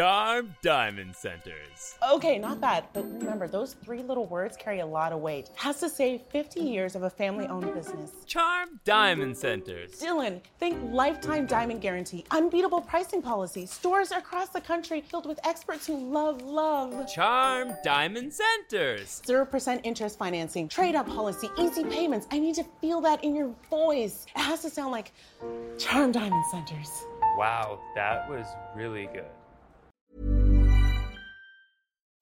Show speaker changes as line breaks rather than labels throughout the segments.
Charmed Diamond Centers.
Okay, not bad. But remember, those three little words carry a lot of weight. Has to save 50 years of a family owned business.
Charmed Diamond Centers.
Dylan, think lifetime diamond guarantee, unbeatable pricing policy, stores across the country filled with experts who love love.
Charmed Diamond Centers.
0% interest financing, trade up policy, easy payments. I need to feel that in your voice. It has to sound like Charmed Diamond Centers.
Wow, that was really good.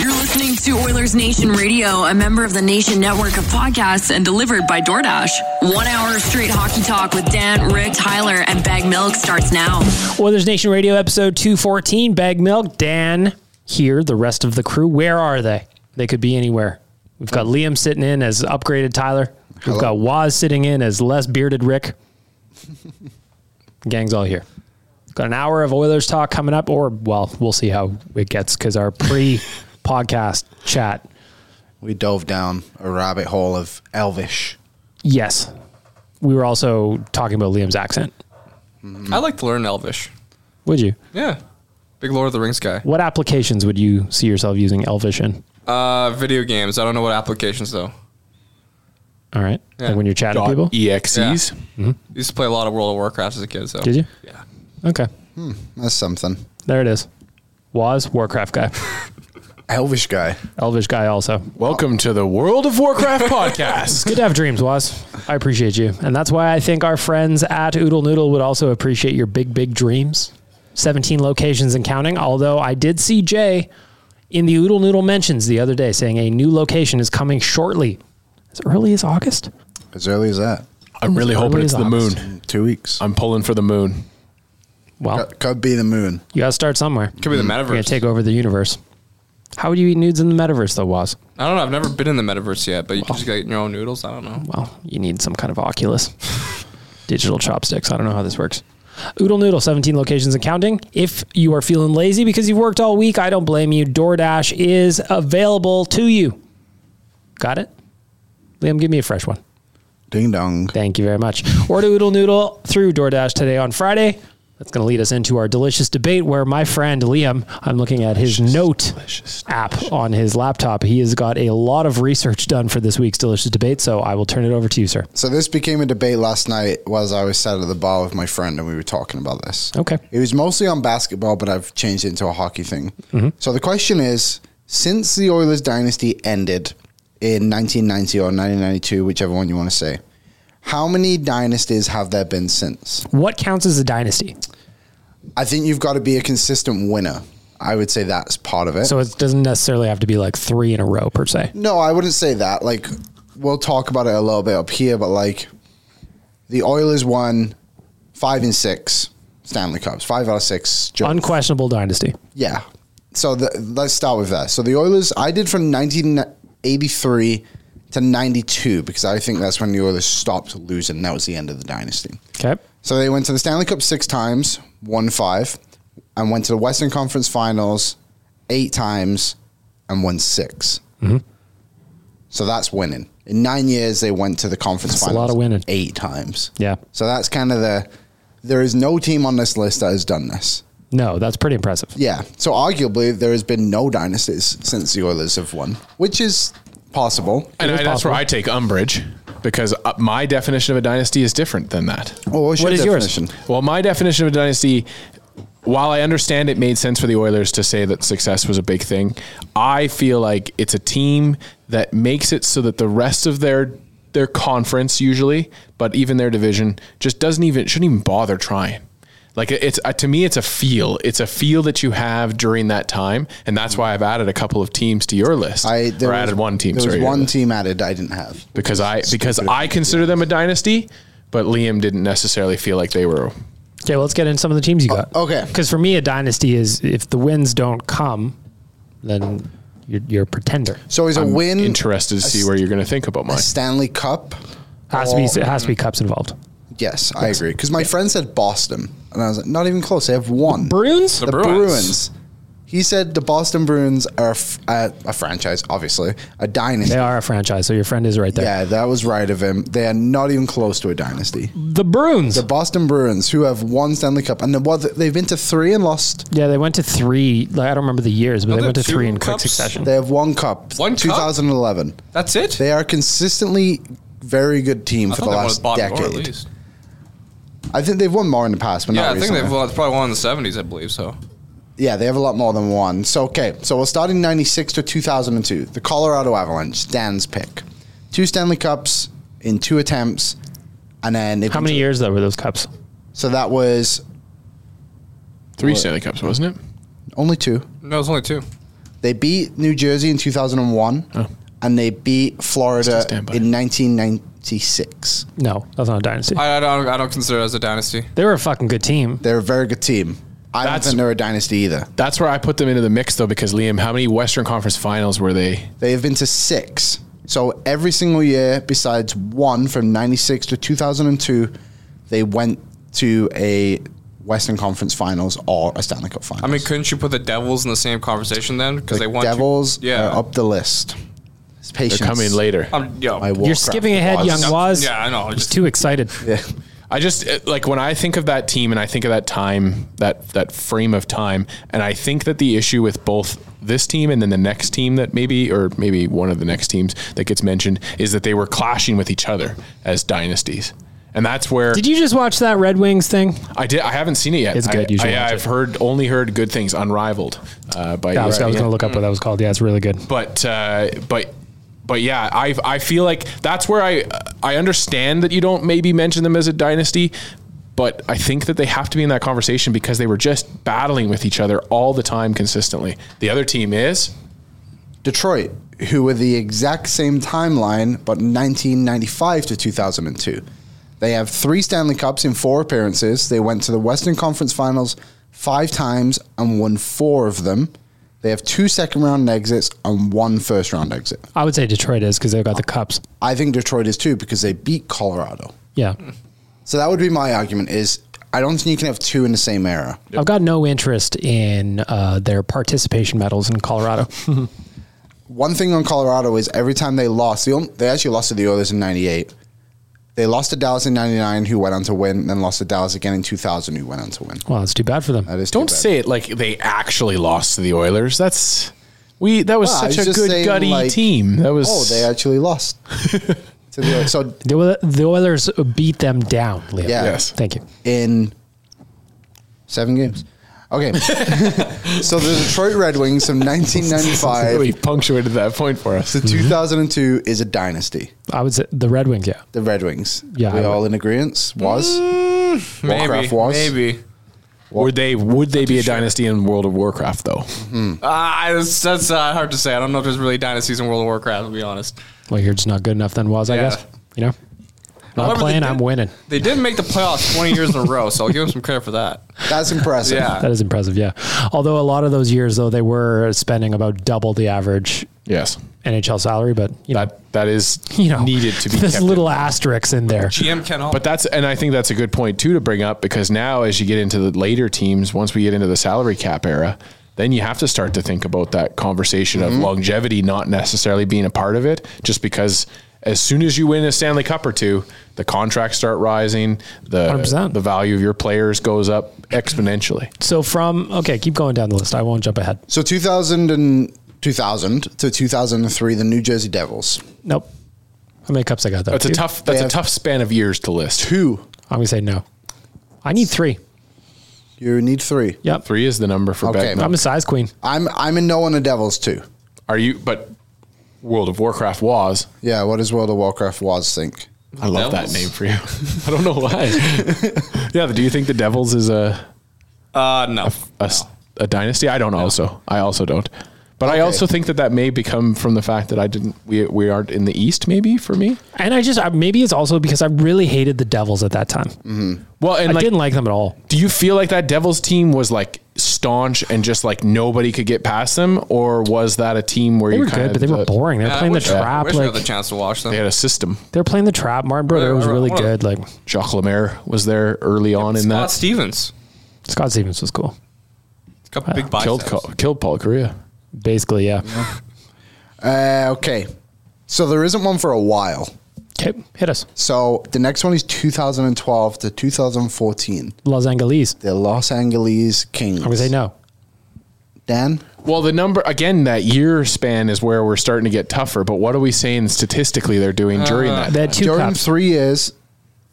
You're listening to Oilers Nation Radio, a member of the Nation Network of podcasts and delivered by DoorDash. One hour of straight hockey talk with Dan, Rick, Tyler, and Bag Milk starts now.
Weathers Nation Radio, episode 214. Bag Milk, Dan here, the rest of the crew. Where are they? They could be anywhere. We've got Liam sitting in as upgraded Tyler. We've got Waz sitting in as less bearded Rick. Gang's all here. Got an hour of Oilers talk coming up, or, well, we'll see how it gets because our pre podcast chat.
We dove down a rabbit hole of Elvish.
Yes. We were also talking about Liam's accent.
I like to learn Elvish.
Would you?
Yeah. Big Lord of the Rings guy.
What applications would you see yourself using Elvish in?
Uh, video games. I don't know what applications though.
All right. Like when you're chatting to people?
EXEs.
Used to play a lot of World of Warcraft as a kid. So
Did you?
Yeah.
Okay.
That's something.
There it is. Was Warcraft guy,
Elvish guy.
Elvish guy also.
Welcome to the World of Warcraft podcast.
Good to have dreams, Was. I appreciate you, and that's why I think our friends at Oodle Noodle would also appreciate your big, big dreams. Seventeen locations and counting. Although I did see Jay in the Oodle Noodle mentions the other day saying a new location is coming shortly, as early as August.
As early as that.
I'm really hoping
Early
it's
as
the
August.
moon.
Two weeks.
I'm pulling for the moon.
Well,
Could be the moon.
you gotta start somewhere.
Could be
You're
the
gonna
metaverse.
Mm. take over the universe. How would you eat nudes in the metaverse, though, Was?
I don't know. I've never been in the metaverse yet, but you can just get your own noodles. I don't know.
well, you need some kind of Oculus, digital chopsticks. I don't know how this works. Oodle Noodle, 17 locations and counting. If you are feeling lazy because you've worked all week, I don't blame you. DoorDash is available to you. Got it? Liam, give me a fresh one.
Ding dong.
Thank you very much. Order Oodle Noodle through DoorDash today on Friday. That's going to lead us into our delicious debate where my friend Liam, I'm looking at his note app on his laptop. He has got a lot of research done for this week's delicious debate, so I will turn it over to you, sir.
So this became a debate last night was I was sat at the bar with my friend and we were talking about this.
Okay.
It was mostly on basketball, but I've changed it into a hockey thing. So the question is since the Oilers dynasty ended in 1990 or 1992, whichever one you want to say, how many dynasties have there been since?
What counts as a dynasty?
I think you've got to be a consistent winner. I would say that's part of it.
So it doesn't necessarily have to be like three in a row per se.
No, I wouldn't say that. Like, we'll talk about it a little bit up here, but like, the Oilers won five and six Stanley Cups, five out of six. Joe.
Unquestionable dynasty.
yeah. So the, let's start with that. So the Oilers, I did from 1983 to 92 because I think that's when the Oilers stopped losing. That was the end of the dynasty.
Okay.
So they went to the Stanley Cup six times, won five, and went to the Western Conference Finals eight times and won 6
Mm-hmm.
So that's winning. In nine years, they went to the conference
That's a lot
finals
of winning.
eight times.
Yeah.
So that's kind of the. There is no team on this list that has done this.
No, that's pretty impressive.
Yeah. So arguably, there has been no dynasties since the Oilers have won, which is possible.
And I,
is
that's where
possible.
I take umbrage because uh, my definition of a dynasty is different than that.
Well, what's
What
your
is yours?
definition?
Well, my definition of a dynasty, while I understand it made sense for the Oilers to say that success was a big thing, I feel like it's a team that makes it so that the rest of their their conference usually, but even their division, just doesn't even shouldn't even bother trying. Like it- it's uh, to me, it's a feel. It's a feel that you have during that time, and that's why I've added a couple of teams to your list.
I
or added
was-
one team.
There
sorry,
was one
team
team added I didn't have.
because I because I consider them a dynasty, but Liam didn't necessarily feel like they were.
Okay, well, let's get into some of the teams you got.
Uh, okay.
Because for me, a dynasty is if the wins don't come, then you're, you're a pretender.
So is a win
Interested to see where you're going to think about mine.
Stanley Cup?
Has to be it has to be cups involved.
Yes, I agree. Because my friend said Boston, and I was like, not even close. They have one.
Bruins.
the Bruins. He said the Boston Bruins are a, f- uh, a franchise, obviously a dynasty.
They are a franchise, so your friend is right there.
Yeah, that was right of him. They are not even close to a dynasty.
The Bruins.
The Boston Bruins, who have one Stanley Cup, and the, what, they've been to three and lost.
yeah, they went to three. Like, I don't remember the years, but they
there
went to
two
three in quick
cups?
succession.
They have one cup.
One cup?
2011.
That's it.
They are consistently very good team
I
for
thought
the
they wanted
last
bottom four at
decade.
least.
I think they've won more in the past, but
Yeah,
not
I think
recently.
they've well, it's probably one in the seventies, I believe. So
Yeah, they have a lot more than one. So, okay, so we'll start in 96 to 2002. The Colorado Avalanche, Dan's pick. Two Stanley Cups in two attempts. And then. they've
How
been
many
to-
years though were those cups?
So that was
Three Stanley Cups, wasn't it?
only two.
no, it's only two.
They beat New Jersey in 2001.
Oh.
And they beat Florida
Still stand by.
in 1996.
No, that's not a dynasty.
I, I don't. I don't consider it as a dynasty.
they were a fucking good team.
They're a very good team. I
That's-
don't think they're a dynasty either.
That's where I put them into the mix, though, because Liam, how many Western Conference Finals were they?
They have been to six. So every single year, besides one from 96 to 2002, they went to a Western Conference Finals or a Stanley Cup Finals.
I mean, couldn't you put the Devils in the same conversation then? Because
the
they won. two-
Devils
yeah.
are up the list. It's patience.
They're coming later.
I'm, Um, yo,
My
You're
Warcraft
skipping ahead,
was.
young Waz.
Yeah, I know. I
He's
just-
too excited.
I just it- like when I think of that team and I think of that time, that that frame of time, and I think that the issue with both this team and then the next team that maybe or maybe one of the next teams that gets mentioned is that they were clashing with each other as dynasties. And that's where
Did you just watch that Red Wings thing?
I did. I haven't seen it yet.
It's good.
I,
You should
I,
watch
I've
it.
heard only heard good things. Unrivaled uh, by
Yeah, I was, I
ESPN
was going to look up what that was called. Yeah, it's really good.
but uh, but but yeah, I I feel like that's where I I understand that you don't maybe mention them as a dynasty, but I think that they have to be in that conversation because they were just battling with each other all the time consistently. The other team is
Detroit, who were the exact same timeline, but 1995 to 2002. They have three Stanley Cups in four appearances. They went to the Western Conference Finals five times and won four of them. They have two second round exits and one first round exit.
I would say Detroit is because they've got the cups.
I think Detroit is too because they beat Colorado.
Yeah.
So that would be my argument is I don't think you can have two in the same era.
I've got no interest in uh, their participation medals in Colorado.
One thing on Colorado is every time they lost, they, on- they actually lost to the Oilers in 98. They lost to Dallas in 99, who went on to win, and then lost to Dallas again in 2000, who went on to win.
well, it's too bad for them.
That is too
don't
bad.
say it like they actually lost to the Oilers. That's we that was
Well, I was
such a
just
good
saying,
gutty
like,
team. That was
Oh, they actually lost. to the, Oilers. so
The, Oil- the Oilers beat them down, Leo.
Yeah.
Yes.
Thank you.
in seven games. Okay. so the Detroit Red Wings from
we
1995
punctuated that point for us.
to 2002 is a dynasty.
I would say the Red Wings, yeah.
The Red Wings.
Yeah,
We
I
all in agreement? Was?
Mm.
maybe.
Warcraft was?
Maybe.
Would they would they be a dynasty in World of Warcraft though?
Ah, that's that's uh, hard to say. I don't know if there's really dynasties in World of Warcraft. To be honest,
Well, you're just not good enough then, was, I
Yeah.
guess. You know? Not
However, they
playing, I'm
did-
winning.
They did make the playoffs 20 years in a row, so I'll give them some credit for that.
That's impressive.
Yeah.
That is impressive, yeah. Although a lot of those years, though, they were spending about double the average
Yes.
NHL salary, but, you know,
That that is
you know
needed to be
there's
kept in
little asterisks in there.
GM Ken Hall.
But that's and I think that's a good point too to bring up because now as you get into the later teams, once we get into the salary cap era, then you have to start to think about that conversation of longevity not necessarily being a part of it, just because as soon as you win a Stanley Cup or two, the contracts start rising, the
100%.
the value of your players goes up exponentially.
So from okay, keep going down the list. I won't jump ahead.
So 2000 and 2000 to 2003, the New Jersey Devils.
Nope. How many cups I got? Though?
That's a
Two?
tough that's a
have-
tough span of years to list.
Two.
I'm gonna say no. I need three.
You need three.
Yep.
Three is the number for
Okay.
okay.
I'm a size queen.
I'm I'm a no on the Devils too.
Are you but World of Warcraft was
Yeah, what does World of Warcraft was think?
I love
Devils?
that name for you. I don't know why. yeah, do you think the Devils is a
Uh, no.
a, s- a dynasty? I don't also. I also don't. But I also think that that may become from the fact that I didn't. We we aren't in the East, maybe for me.
And I just I, maybe it's also because I really hated the Devils at that time.
Well, and
I
like,
didn't like them at all.
do you feel like that Devils team was like staunch and just like nobody could get past them, or was that a team where
They
you
were good,
kinda-
but they were
the-
boring. They were
I
playing the
wish- I
trap.
wish we had the
Like
chance to watch them.
They had a system.
they were playing the trap. Martin Brodeur was
I- I
really
wanna-
good. Like
Jacques Lemaire was there early on in
Scott
that.
Stevens.
Scott Stevens was cool.
Couple big biceps.
Killed Ca- killed Paul Korea.
Basically, yeah.
Uh, okay. So there isn't one for a while.
Okay, hit us.
So the next one is 2012 to 2014.
Los Angeles.
The Los Angeles Kings.
I'm gonna say no.
Dan?
Well, the number again that year span is where we're starting to get tougher. But what are we saying statistically they're doing during that?
They had two
During
cups.
three years,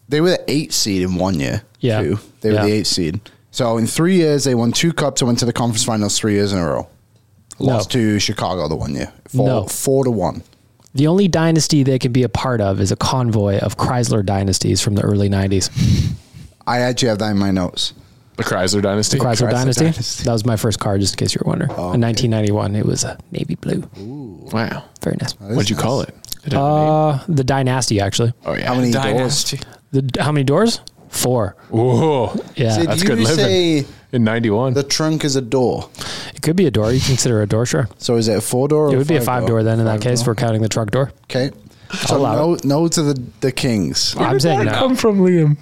they were the eight seed in one year.
Yeah.
Two. They were
Yeah.
the eight seed. So in three years, they won two cups and went to the conference finals three years in a row. Lost to Chicago the one year. Four,
No.
four to one.
The only dynasty they can be a part of is a convoy of Chrysler dynasties from the early 90s.
I actually have that in my notes.
The Chrysler dynasty.
The Chrysler,
Chrysler
dynasty.
dynasty.
That was my first car, just in case you were wondering. In 1991, it was a navy blue.
Wow.
Very nice.
What'd you call it? Did it have a name?
Uh, the dynasty, actually.
oh yeah.
How many
Dynasty.
The how many doors? Four.
Whoa.
Yeah,
doors? Did
That's
you
good living.
say
In '91.
the trunk is a door?
it could be a door. You consider it a door, sure.
So is it a four door? Or
It would be a five door then. In that case,
door.
we're counting the truck door.
Okay. So
allow
no, no to the, the Kings.
I'm saying no.
from Liam.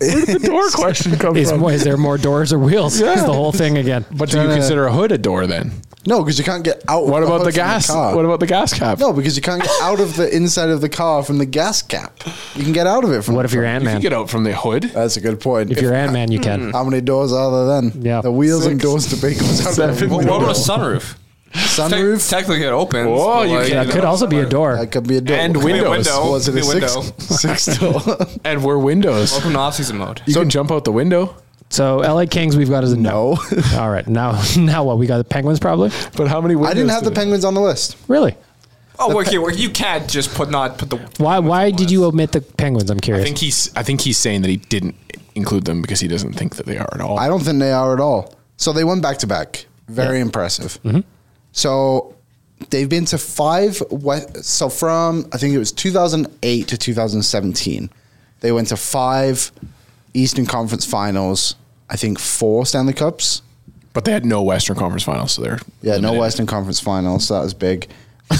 Where did the door question come
Is, is there more doors or wheels? Is the whole thing again?
But do you consider a hood a door then?
No, because you can't get out.
What
of
about
hood
the
from
gas?
car.
what about the gas cap?
No, because you can't get out of the inside of the car from the gas cap. You can get out of it from.
What
the
if you're
front.
Ant
you can
Man?
get out from the hood.
That's a good point.
If you're Ant Man, you can.
how many doors are there then?
Yeah.
the wheels and doors to be
Seven.
What
sunroof.
about a sunroof? Te- technically, it opens.
Whoa,
but
Oh, you
like,
can-
That could also be a door.
That could be a door.
And
Could be a
windows.
Was it
Could
a
be a
six? six door.
And we're windows.
Welcome to off-season mode.
You can jump out the window.
So LA Kings, we've got as a no. All right, now now what? We got the Penguins probably.
But how many windows?
I didn't have the
did it-
penguins on the list.
Really?
Oh, wait, here, wait, you can't just put not put the.
Why why did you omit the Penguins? I'm
I
curious.
think he's. I think he's saying that he didn't include them because he doesn't think that they are at all.
I don't think they are at all. So they won back to back. Very impressive.
Mm-hmm.
So they've been to five. West, so from I think it was 2008 to 2017, they went to five Eastern Conference Finals. I think four Stanley Cups.
but they had no Western Conference Finals, so they're
Yeah, no
eliminated.
Western Conference Finals. So that was big.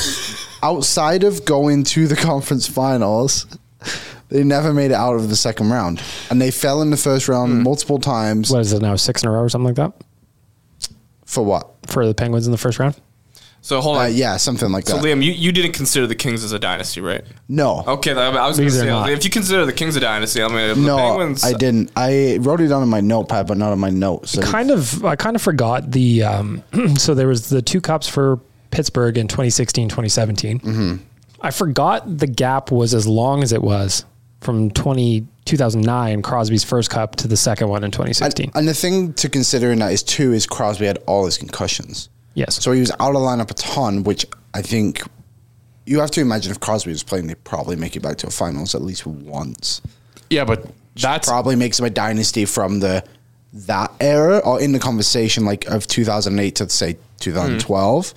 Outside of going to the conference finals, they never made it out of the second round, and they fell in the first round
Hmm.
multiple times.
what is it now? Six in a row or something like that
For what?
for the Penguins in the first round.
So hold
Uh,
on.
yeah, something like
So
that.
Liam, you, you didn't consider the Kings as a dynasty, right?
no.
Okay, I I was going
These
to
are
say
not.
if you consider the Kings a dynasty, I mean
No,
the Penguins. uh,
I didn't. I wrote it down on my notepad, but not on my notes. So
Kind of, I kind of forgot the. Um, so there was the two cups for Pittsburgh in 2016, 2017.
Mm-hmm.
I forgot the gap was as long as it was from 20, 2009 Crosby's first cup to the second one in 2016.
and the thing to consider in that is too is Crosby had all his concussions,
yes.
so he was out of lineup a ton, which I think you have to imagine if Crosby was playing, they'd probably make it back to a finals at least once.
Yeah, but that's
probably makes him a dynasty from the that era or in the conversation like of 2008 to say 2012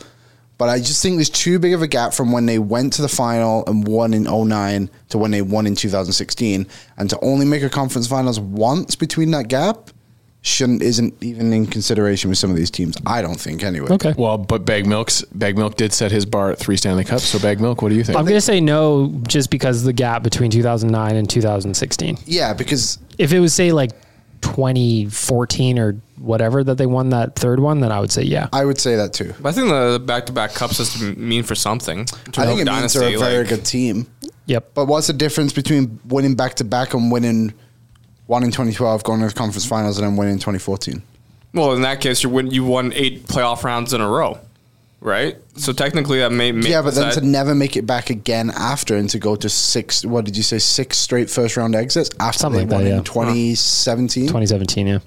but i just think there's too big of a gap from when they went to the final and won in 09 to when they won in 2016 and to only make a conference finals once between that gap shouldn't isn't even in consideration with some of these teams i don't think anyway
okay.
well, but Bag Milk's Bag Milk did set his bar at three Stanley Cups. So Bag Milk, what do you think?
I'm going to say no just because the gap between 2009 and 2016.
yeah because
If it was, say, like 2014 or whatever that they won that third one, then I would say yeah.
i would say that too
But I think the back-to-back cups has to mean for something.
i think it means they're a very
like-
good team
Yep.
But what's the difference between winning back to back and winning one in 2012, going to the conference finals, and then winning in 2014?
Well, in that case, you win. You won eight playoff rounds in a row, right? So technically, that may. may
yeah, but then
that-
to never make it back again after and to go to six, what did you say, six straight first round exits after
Something
they
like that,
won
yeah.
in 2017?
2017, yeah.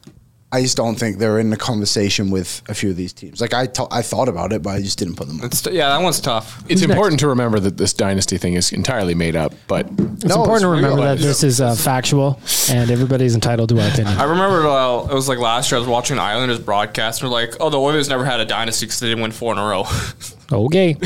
I just don't think they're in the conversation with a few of these teams. Like I, t- I thought about it, but I just didn't put them. on.
It's, yeah, that one's tough.
It's important to remember that this dynasty thing is entirely made up, but
It's
No,
important to
it's
remember
real.
that this is uh, factual and everybody's entitled to an opinion.
I remember uh, it was like last year. I was watching Islanders broadcast, and they're like, "Oh, the Oilers never had a dynasty because they didn't win four in a row."
Okay.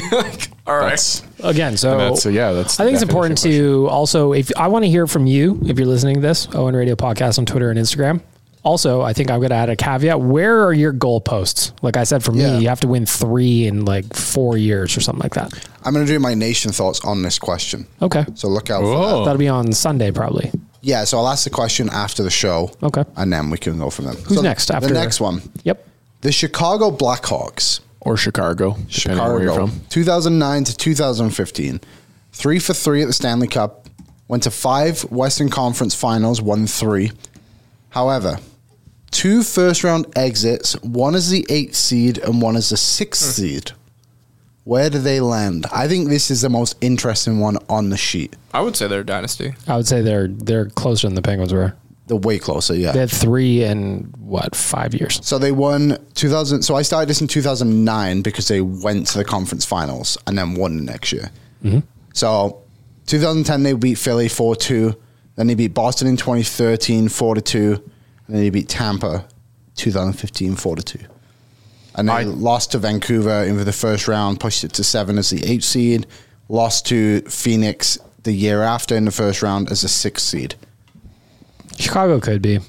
All right,
that's
Again, so
that's yeah, that's.
I think it's
the
important
definition of
to also if I want to hear from you if you're listening to this Owen Radio podcast on Twitter and Instagram. Also, I think I'm going to add a caveat. Where are your goalposts? Like I said, for me,
Yeah.
you have to win three in like four years or something like that.
I'm going to do my nation thoughts on this question.
Okay,
So look out for that.
Whoa.
that'll be on Sunday probably.
Yeah, so I'll ask the question after the show.
Okay.
And then we can go from there.
Who's next after-
the next one?
Yep.
The Chicago Blackhawks.
or Chicago, depending on where you're
Chicago.
from.
2009 to 2015. Three for three at the Stanley Cup. Went to five Western Conference finals, won three. However, two first round exits, one as the eighth seed and one as the
Hmm.
sixth seed. Where do they land? I think this is the most interesting one on the sheet.
I would say they're a dynasty.
I would say they're they're closer than the Penguins were.
The way closer, yeah.
They had three in what five years?
So they won 2000. So I started this in 2009 because they went to the conference finals and then won the next year. So 2010, they beat Philly 4 2. Then they beat Boston in 2013, 4 2. And then they beat Tampa 2015, 4 2. And they lost to Vancouver in the first round, pushed it to seven as the eighth seed, lost to Phoenix the year after in the first round as a sixth seed.
Chicago could be.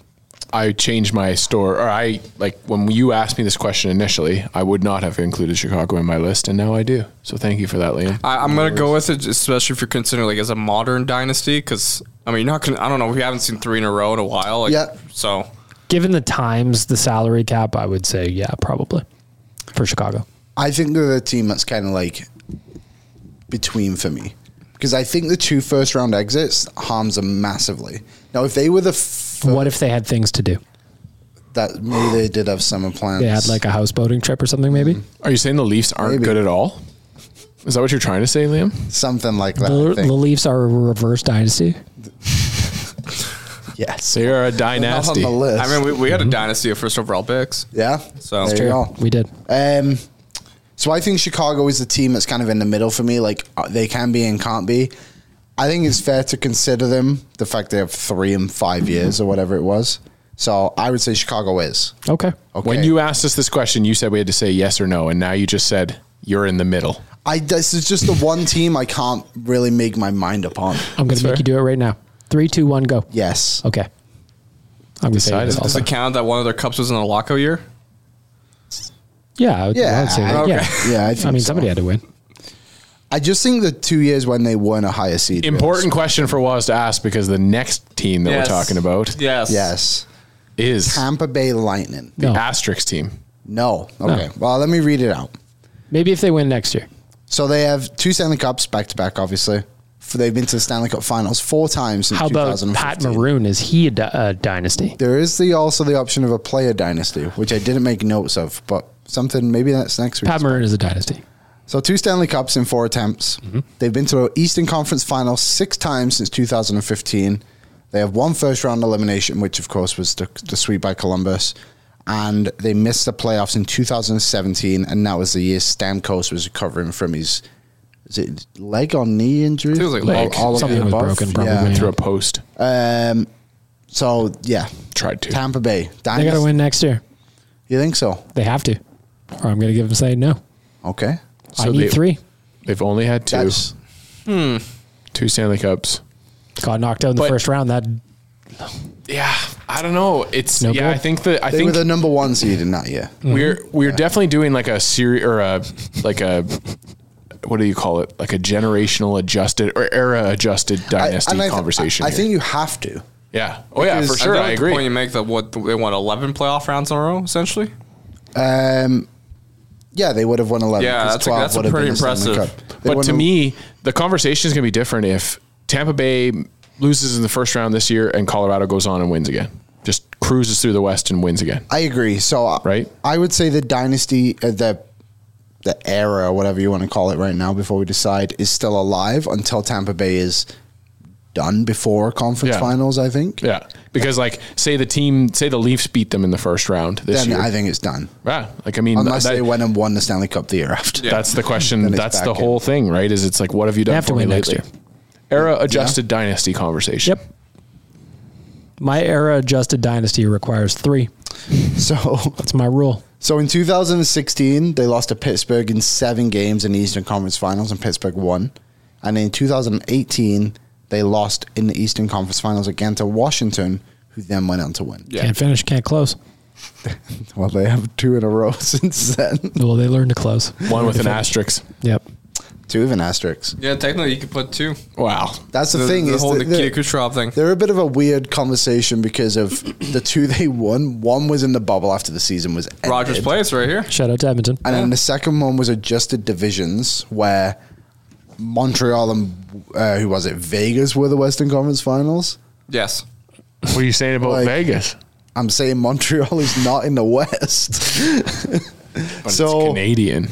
I changed my store, or I like when you asked me this question initially, I would not have included Chicago in my list, and now I do. So thank you for that, Liam.
I, I'm gonna go with it, especially if you're considering like as a modern dynasty, because I mean, you're not gonna. I don't know. We haven't seen three in a row in a while. Like,
Yeah.
So
Given the times, the salary cap, I would say yeah, probably for Chicago.
I think they're the team that's kind of like between for me because I think the two first round exits harms them massively. Now, if they were the f-
What if they had things to do?
that maybe they did have summer plans.
They had like a houseboating trip or something maybe.
Mm,
Are you saying the Leafs aren't
Maybe.
good at all? Is that what you're trying to say, Liam?
something like that.
The,
I
the
think.
Leafs are a reverse dynasty.
yes,
They are a
not on
dynasty. Mm-hmm.
the list.
I mean, we, we had a dynasty of first overall picks.
yeah,
So-
there
It's
you go.
We did.
Um, so I think Chicago is the team that's kind of in the middle for me. Like uh, they can be and can't be. I think it's fair to consider them the fact they have three and five years or whatever it was. So I would say Chicago is.
Okay.
Okay.
When you asked us this question, you said we had to say yes or no, and now you just said you're in the middle.
I this is just the one team I can't really make my mind upon.
I'm going to make you do it right now. Three, two, one, go.
Yes.
Okay. I'm going to say yes
Decided.
Does
also.
it count that one of their cups was in the Locko year?
Yeah. I would, yeah. I would say
Yeah,
that.
okay.
Yeah.
Yeah, I think
mean,
so.
somebody had to win.
I just think the two years when they weren't a higher seed.
Important question for Waz to ask because the next team that
Yes.
we're talking about
Yes.
Yes.
is
Tampa Bay Lightning.
No.
the Asterix team.
No. Okay. Well, let me read it out.
Maybe if they win next year.
So they have two Stanley Cups back to back, obviously. For they've been to the Stanley Cup finals four times since
How about
2015.
Pat Maroon? Is he a, dy- a dynasty?
There is the also the option of a player dynasty, which I didn't make notes of, but something maybe that's next week.
Pat Maroon is a dynasty.
So two Stanley Cups in four attempts. They've been to the Eastern Conference Finals six times since 2015. They have one first round elimination, which of course was the, the sweep by Columbus, and they missed the playoffs in 2017, and that was the year Stamkos was recovering from his is it leg or knee injury? Oh,
Feels like leg.
all, all of
Something
the
was
above.
broken, probably.
Uh, Yeah.
Through a post,
Um, so yeah,
tried to.
Tampa Bay.
They got to
Dynasty.
win next year.
You think so?
They have to. Or I'm going to give them say no.
Okay.
I
So
need
they-
three.
They've only had two,
That's-
two Stanley Cups.
Got knocked out in the
But-
first round. That
Yeah, I don't know. It's
No
yeah.
good?
I think that I
They were
think
the Mm-hmm. number one seed in that year.
we're we're definitely doing like a series or a like a what do you call it? Like a generational adjusted or era adjusted
I-
dynasty
and I th-
conversation.
I, I
here.
think you have to.
yeah. Oh yeah, for
because-
sure.
I,
I,
agree. The point you
agree.
make that what they won eleven playoff rounds in a row, essentially.
Um, yeah, they would have won 11.
Yeah,
'cause
that's a- that's a
would have
pretty
been the Stanley
impressive.
Cup. They
But
won
to
a-
me, the conversation is going to be different if Tampa Bay loses in the first round this year and Colorado goes on and wins again. Just cruises through the West and wins again.
I agree. So uh,
Right?
I would say the dynasty, uh, the the era, whatever you want to call it, right now, before we decide, is still alive until Tampa Bay is done before conference
Yeah.
finals, I think.
Yeah, because like say the team, say the Leafs beat them in the first round this
Then
year.
I think it's done.
yeah, like I mean,
Unless
that-
they went and won the Stanley Cup the year after.
that's the question.
Then it's
That's
back
the
in.
whole thing, right? Is it's like what have you done
have to
for me
win next
lately? Era adjusted dynasty conversation.
Yep. My era adjusted dynasty requires three.
So
That's my rule.
So in 2016, they lost to Pittsburgh in seven games in the Eastern Conference Finals, and Pittsburgh won. And in 2018, they lost in the Eastern Conference Finals again to Washington, who then went on to win.
Yeah.
Can't finish, can't close.
Well, they have two in a row since then.
Well, they learn to close.
One with an asterisk.
Yep.
two of an asterisk.
Yeah, technically you could put two.
Wow.
That's the, thing.
the
is
whole
that they're-
Nikita Kucherov thing.
They're a bit of a weird conversation because of the two they won. One was in the bubble after the season was ended.
Rogers place right here.
Shout out to Edmonton.
And then the second one was adjusted divisions, where Montreal and uh, who was it? Vegas were the Western Conference Finals.
Yes.
What are you saying about
Like-
Vegas?
I'm saying Montreal is not in the West.
But
So-
it's Canadian.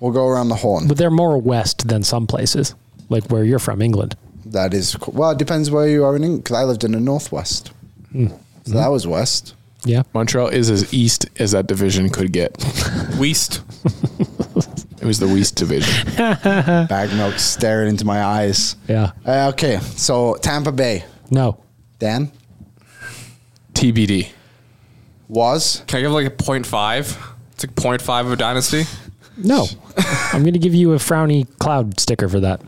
we'll go around the horn.
But they're more west than some places, like where you're from, England.
That is co- well, it depends where you are in England. 'cause I lived in the Northwest, so that was West.
Yeah.
Montreal is as east as that division could get.
Weast.
It was the West division.
Bag milk staring into my eyes.
Yeah.
Uh, okay, so Tampa Bay,
No.
Dan
TBD.
was
Can I give like a point five? It's like point five of a dynasty.
No. I'm going to give you a frowny cloud sticker for that.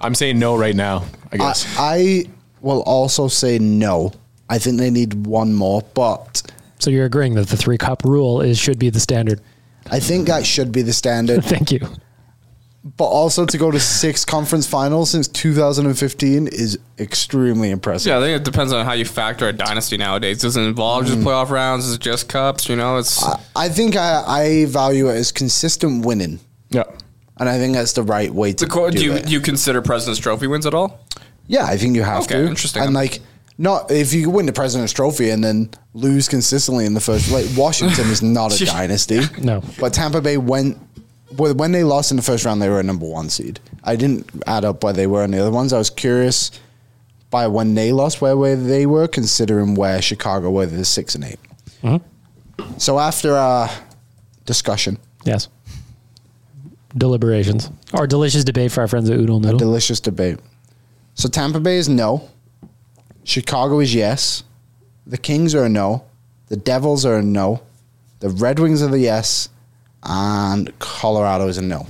I'm saying no right now. I
I,
guess.
I will also say no. I think they need one more, but
So you're agreeing that the three cup rule is should be the standard.
I think that should be the standard.
Thank you.
but also to go to six conference finals since 2015 is extremely impressive.
Yeah, I think it depends on how you factor a dynasty nowadays. Does it involve
Hmm.
just playoff rounds? Is it just cups? You know, it's
I think I, I value it as consistent winning,
yeah.
and I think that's the right way to
the co-
do,
do you
it.
do you consider President's Trophy wins at all?
yeah, I think you have
Okay,
to.
interesting.
And like, not if you win the President's Trophy and then lose consistently in the first. Like Washington is not a dynasty.
No.
but Tampa Bay went. well, When they lost in the first round, they were a number one seed. I didn't add up where they were in the other ones. I was curious by when they lost where, where they were, considering where Chicago were, they're six and 8 So after our discussion,
Yes. Deliberations. Our delicious debate for our friends at Oodle Noodle.
delicious debate. So Tampa Bay is no. Chicago is yes. The Kings are a no. The Devils are a no. The Red Wings are the yes. And Colorado is a no.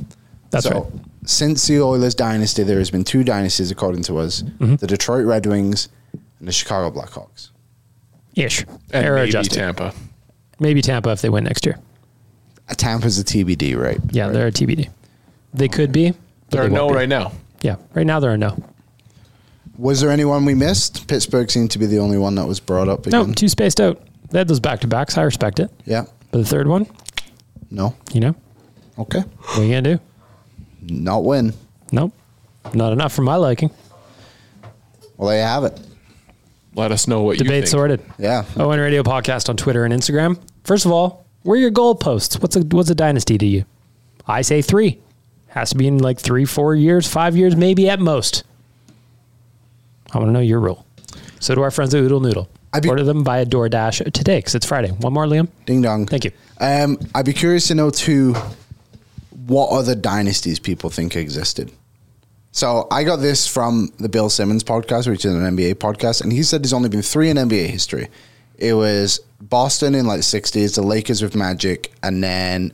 That's
so,
right.
Since the Oilers dynasty, there has been two dynasties, according to us:
Mm-hmm.
the Detroit Red Wings and the Chicago Blackhawks.
Ish.
And
Error
maybe
adjusted.
Tampa.
Maybe Tampa if they win next year.
Uh, Tampa's a TBD, right?
Yeah,
Right.
they're a TBD. They could be. but
There are
they
no
won't be.
right now.
Yeah, right now there are no.
Was there anyone we missed? Pittsburgh seemed to be the only one that was brought up.
No,
Again.
two spaced out. They had those back to backs. I respect it.
Yeah.
But the third one,
No.
you know,
Okay.
what are you going to do?
Not win.
Nope. Not enough for my liking.
Well, there you have it.
Let us know what you
Debate
think.
sorted.
Yeah.
Owen Radio Podcast on Twitter and Instagram. First of all, where are your goalposts? What's a what's a dynasty to you? I say three. Has to be in like three, four years, five years, maybe at most. I want to know your rule. So do our friends at Oodle Noodle.
I'd be-
Order them via DoorDash today because it's Friday. One more, Liam.
Ding dong.
Thank you.
Um, I'd be curious to know too what other dynasties people think existed. So I got this from the Bill Simmons podcast, which is an NBA podcast, and he said there's only been three in NBA history. It was Boston in like sixties, the Lakers with Magic, and then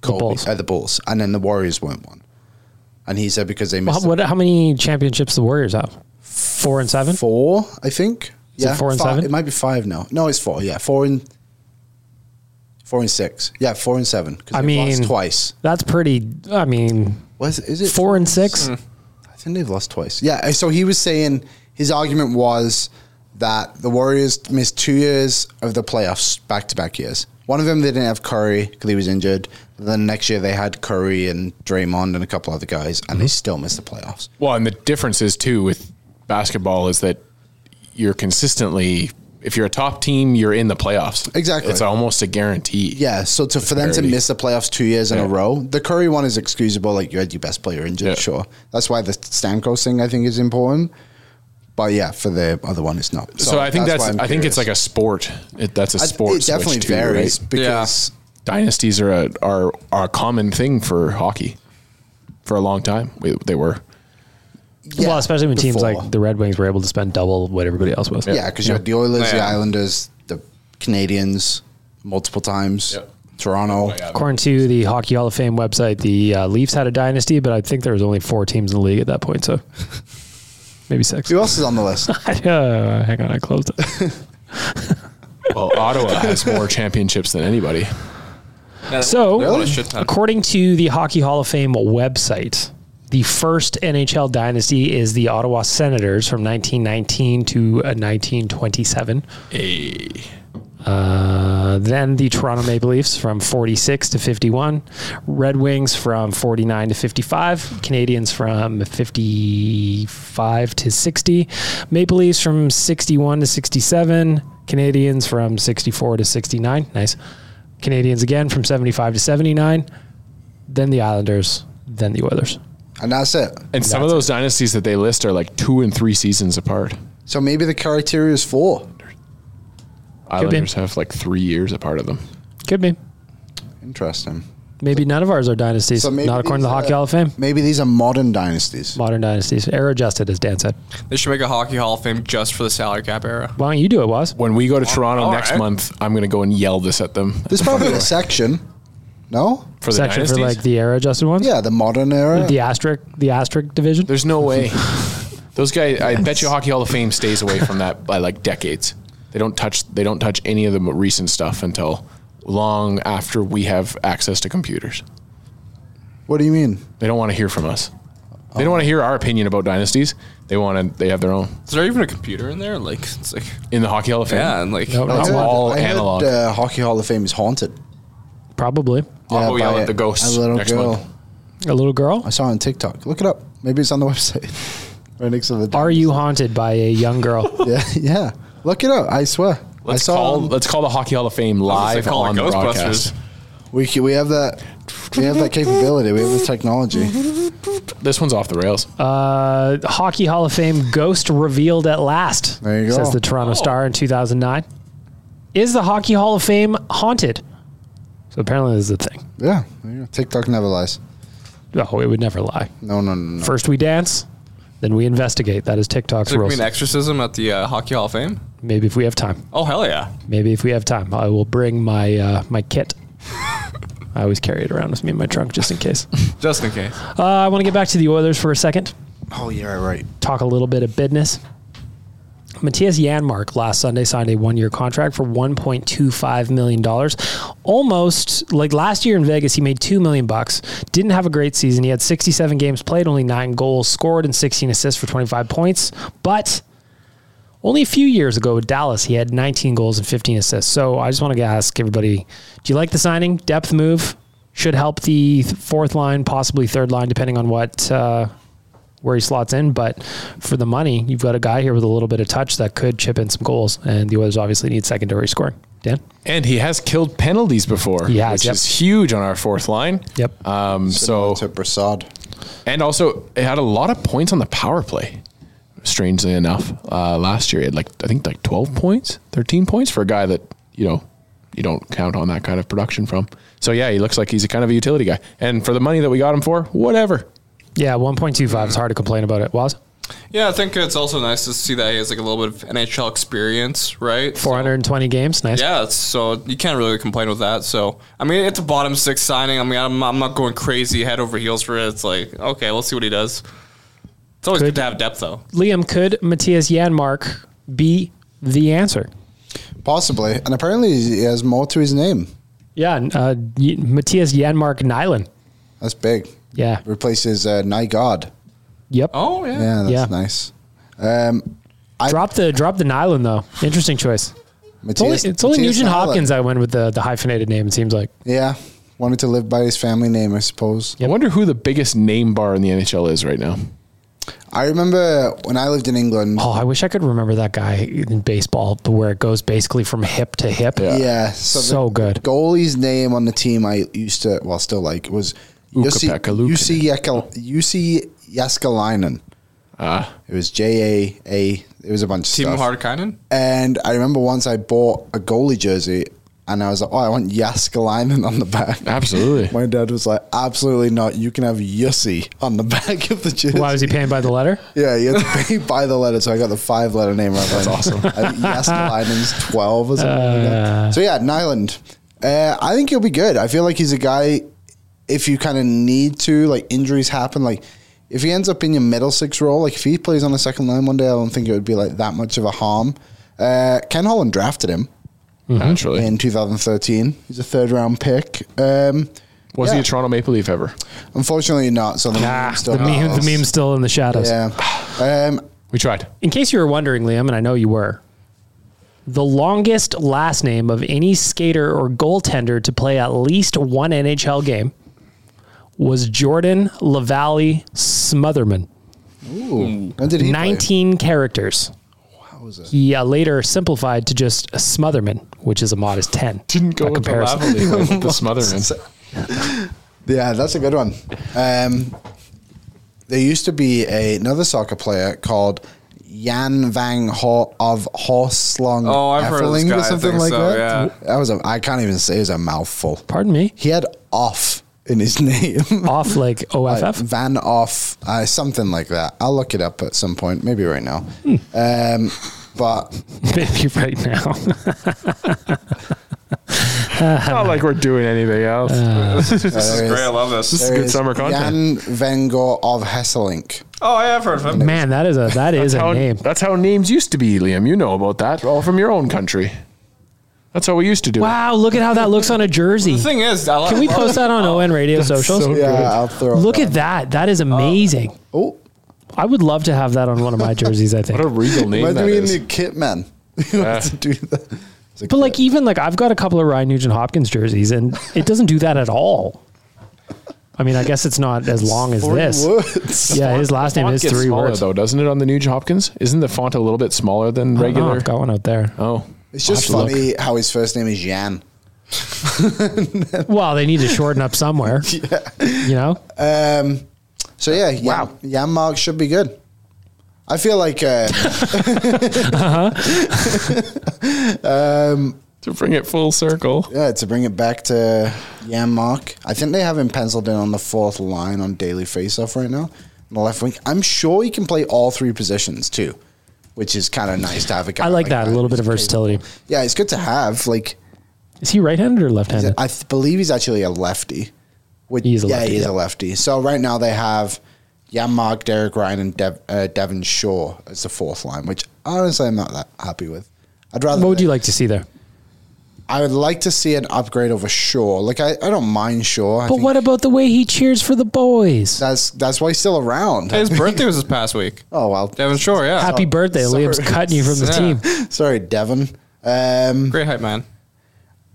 Kobe, the
Bulls.
Bulls, uh, the Bulls and then the Warriors weren't one. And he said because they
Well,
missed
how, what, how many championships the Warriors have? Four and seven.
four, I think.
Is it four and
Fi-
seven?
It might be five now. No, it's four. Yeah, four and four and six. Yeah, four and seven. 'cause
I
they've lost
mean-
twice.
That's pretty. I mean,
Was is it
four and six.
Mm. I think they've lost twice. Yeah. uh, So he was saying his argument was that the Warriors missed two years of the playoffs back to back years. One of them they didn't have Curry because he was injured. Then next year they had Curry and Draymond and a couple other guys, and they
Mm-hmm.
still missed the playoffs.
Well, and the difference is too with basketball is that you're consistently, if you're a top team, you're in the playoffs.
Exactly.
It's almost a guarantee.
Yeah, so to, for them to
parity.
miss the playoffs two years in a
Yeah.
row, the Curry one is excusable. Like you had your best player injured,
Yeah.
sure. That's why the Stamkos thing I think is important. But yeah, for the other one, it's not.
So, I think that's,
why I'm
I think
curious.
it's like a sport. It, that's a sport.
It definitely
switch too,
varies
right?
because
Dynasties are a, are are a common thing for hockey. For a long time, we, they were.
yeah,
well, especially when teams
before.
like the Red Wings were able to spend double what everybody else was.
yeah, because you had the Oilers, the
Yeah.
Islanders, the Canadians, multiple times,
Yep. Oh,
Toronto.
According to the Hockey Hall of Fame website, the uh, Leafs had a dynasty, but I think there was only four teams in the league at that point, so maybe six.
Who else is on the list?
Uh, hang on, I closed it.
Well, Ottawa has more championships than anybody.
So,
What a shit ton.
according to the Hockey Hall of Fame website, the first NHL dynasty is the Ottawa Senators from 1919 to uh, 1927. Uh, then the Toronto Maple Leafs from 46 to 51, Red Wings from 49 to 55, Canadians from 55 to 60, Maple Leafs from 61 to 67, Canadians from 64 to 69. Nice. Canadians again from 75 to 79, then the Islanders, then the Oilers.
And that's it.
And some of those dynasties that they list are like two and three seasons apart.
So maybe the criteria is four.
Islanders have like three years apart of them.
Could be.
Interesting.
Maybe none of ours are dynasties.
So maybe
Not according to the
these,
Hockey
uh,
Hall of Fame.
Maybe these are modern dynasties.
Modern dynasties. Era adjusted, as Dan said.
They should make a hockey hall of fame just for the salary cap era.
Why don't you do it, Was?
When we go to Toronto
all
next
right.
month, I'm going to go and yell this at them
There's probably a section. No?
for the
Section
dynasties.
for like the era adjusted ones?
Yeah, the modern era.
The asterisk the asterisk division?
There's no way. Those guys, I bet you Hockey Hall of Fame stays away from that by like decades. They don't touch. They don't touch any of the mo- recent stuff until long after we have access to computers.
What do you mean?
They don't want to hear from us. They don't want to hear our opinion about dynasties. They want to. They have their own
Is there even a computer in there? Like, it's like,
in the Hockey Hall of Fame.
yeah, and like,
No, no.
It's
I heard-
all
I heard,
analog.
uh, Hockey Hall of Fame is haunted.
Probably.
Oh,
I'll go
by
yell
a-
at the ghosts
A little
next
girl.
month.
A little girl?
I saw it on TikTok. Look it up. Maybe it's on the website. right next to the.
Are you haunted by a young girl?
Yeah, yeah. Look it up. I swear.
Let's
I saw.
call. Let's call the Hockey Hall of Fame
gonna say,
live
call it
on the
Ghostbusters.
broadcast.
we c- we have that. We have that capability. We have the technology.
This one's off the rails.
Uh, Hockey Hall of Fame ghost revealed at last.
There you
Says
go.
the Toronto Star in 2009. Is the Hockey Hall of Fame haunted? So apparently this is a thing.
Yeah. there you go. TikTok never lies.
Oh, it would never lie.
No, no, no, no.
First we dance, then we investigate. That is TikTok's
Is there gonna be
rules.
an exorcism at the uh, hockey hall of fame?
Maybe if we have time.
Oh hell yeah!
Maybe if we have time, I will bring my uh, my kit. I always carry it around with me in my trunk just in case.
Just in case.
Uh, I want to get back to the Oilers for a second.
Oh yeah, right.
talk a little bit of business. Matthias Janmark last Sunday signed a one year contract for $1.25 million. Almost like last year in Vegas, he made 2 million bucks. Didn't have a great season. He had 67 games played, only nine goals scored, and 16 assists for 25 points. But only a few years ago with Dallas, he had 19 goals and 15 assists. So I just want to ask everybody do you like the signing? Depth move should help the th- fourth line, possibly third line, depending on what. Uh, where he slots in. But for the money, you've got a guy here with a little bit of touch that could chip in some goals, and the Oilers obviously need secondary scoring. Dan,
And he has killed penalties before,
He has,
which
yep.
is huge on our fourth line.
Yep.
Uh,
Um, so
to Brassard.
and also it had a lot of points on the power play. Strangely enough, uh, last year it had like I think like twelve points, thirteen points for a guy that you know you don't count on that kind of production from. So yeah, he looks like he's a kind of a utility guy. And for the money that we got him for, whatever.
yeah, one point two five. It's hard to complain about it. Was
Yeah, I think it's also nice to see that he has like a little bit of NHL experience, right?
four hundred and twenty games. Nice.
Yeah, it's- so you can't really complain with that. So I mean, it's a bottom six signing. I mean, I'm, I'm not going crazy head over heels for it. It's like okay, we'll see what he does. It's always
Could-
good to have depth, though.
Liam, could Matthias Janmark be the answer?
Possibly, and apparently he has more to his name.
Yeah, uh, Y- Matthias Janmark Nyland.
That's big.
Yeah.
Replaces uh, Nygaard.
Yep.
Oh yeah,
Yeah, that's
Yeah.
nice. Um,
Drop the drop the Nyland though. Interesting choice. It's only,
Matthias-
it's only
Matthias
Nugent
Nyland.
Hopkins that went with the, the hyphenated name. It seems like
Yeah, wanted to live by his family name, I suppose.
I wonder who the biggest name bar in the NHL is right now.
I remember when I lived in England.
Oh, I wish I could remember that guy in baseball, the where it goes basically from hip to hip.
Yeah, so, the
So good.
goalie's name on the team I used to, well, still like was UC
Ukko-Pekka Luukkonen.
UC Yekal- UC Jaskalainen.
Ah.
It was J A A. It was a bunch of
Team
stuff.
Hardkainen?
And I remember once I bought a goalie jersey, and I was like, "Oh, I want Jaskalainen on the back."
Absolutely.
My dad was like, "Absolutely not. You can have Yussi on the back of the jersey."
Why was he paying by the letter?
Yeah, you had to pay by the letter, so I got the five letter name right. That's awesome. Jaskalainen's twelve or something. like that. So yeah, Nyland. Uh, I think he'll be good. I feel like he's a guy. If you kind of need to, like injuries happen, like if he ends up in your middle six role, like if he plays on the second line one day, I don't think it would be like that much of a harm. Uh, Ken Holland drafted him
Mm-hmm. Naturally.
in 2013. He's a third round pick. Um,
was he
yeah.
a Toronto Maple Leaf ever?
unfortunately, not. So the
Ah,
meme still
the meme, the
goes.
meme's still in the shadows.
Yeah. Um,
We tried.
In case you were wondering, Liam, and I know you were, the longest last name of any skater or goaltender to play at least one NHL game was Jordan Lavalley Smotherman.
when did he play?
19 characters. He uh, later simplified to just Smotherman, which is a modest 10.
Didn't go
by
with
comparison.
the Lavalley, went with the Smotherman.
Yeah, that's a good one. Um, there used to be a, another soccer player called Jan van Ho- of Horslong
Oh, I've heard of this
Effeling
guy,
or
I
something
think
like
so,
that.
yeah.
That was a I can't even say it was a mouthful.
Pardon me?
He had off in his name.
Off like
Like
OFF?
Van off, uh, something like that. I'll look it up at some point, maybe right now.
Hmm.
Um, but
Maybe right now.
Not like we're doing anything else.
This is great. I love
This is
this.
good
there's
summer
Jan
content.
Vengo of Hesselink.
Oh, yeah, I've heard of him.
Man, that is a that is a
How-
name.
That's how names used to be, Liam. You know about that. All from your own country. That's how we used to do it.
Wow, look at how that looks on a jersey.
The thing is, I
Can we post that on ON Radio Socials?
so
Yeah, I'll throw.
Look
it
at that. That is amazing.
oh,
I would love to have that on one of my jerseys, I
What a
think.
regal name
why do
that
we
is.
need kit man? You have to do that. It's
But like even like I've got a couple of Ryan Nugent Hopkins jerseys and it doesn't do that at all. I mean, I guess it's not as long as
Four
this.
words.
Yeah, his last name
Font
is
gets
three
smaller,
words.
though, doesn't it? On the New Hopkins, isn't the font a little bit smaller than
I don't know,
regular?
I've got one out there.
Oh,
It's just
I'll have to
funny how his first name is Jan.
Well, they need to shorten up somewhere. You know?
Um, so yeah, Jan, Jan Mark should be good. I feel like uh,
to bring it full circle.
yeah, to bring it back to Jan Mark, I think they have him penciled in on the fourth line on daily faceoff right now, on the left wing. I'm sure he can play all three positions too, which is kind of nice to have a guy.
I like that. A little bit of versatility.
Yeah, it's good to have. Like
Is he right handed or left handed?
I th- believe he's actually a lefty. Which,
He is a
yeah,
lefty,
he is
yeah.
a lefty. So right now they have Yanmark, Derek Ryan, and Dev- uh, Devon Shaw as the fourth line, which honestly I'm not that happy with. I'd rather.
What would
they-
you like to see there?
I would like to see an upgrade over Shaw. Like I, I don't mind Shaw. I
But
think
what about the way he cheers for the boys?
That's that's why he's still around.
His birthday was this past week.
oh well,
Devin Shore, yeah. Oh,
Happy birthday.
sorry.
Liam's cutting you from the
Yeah.
team.
sorry, Devon. Um,
Great hype, man.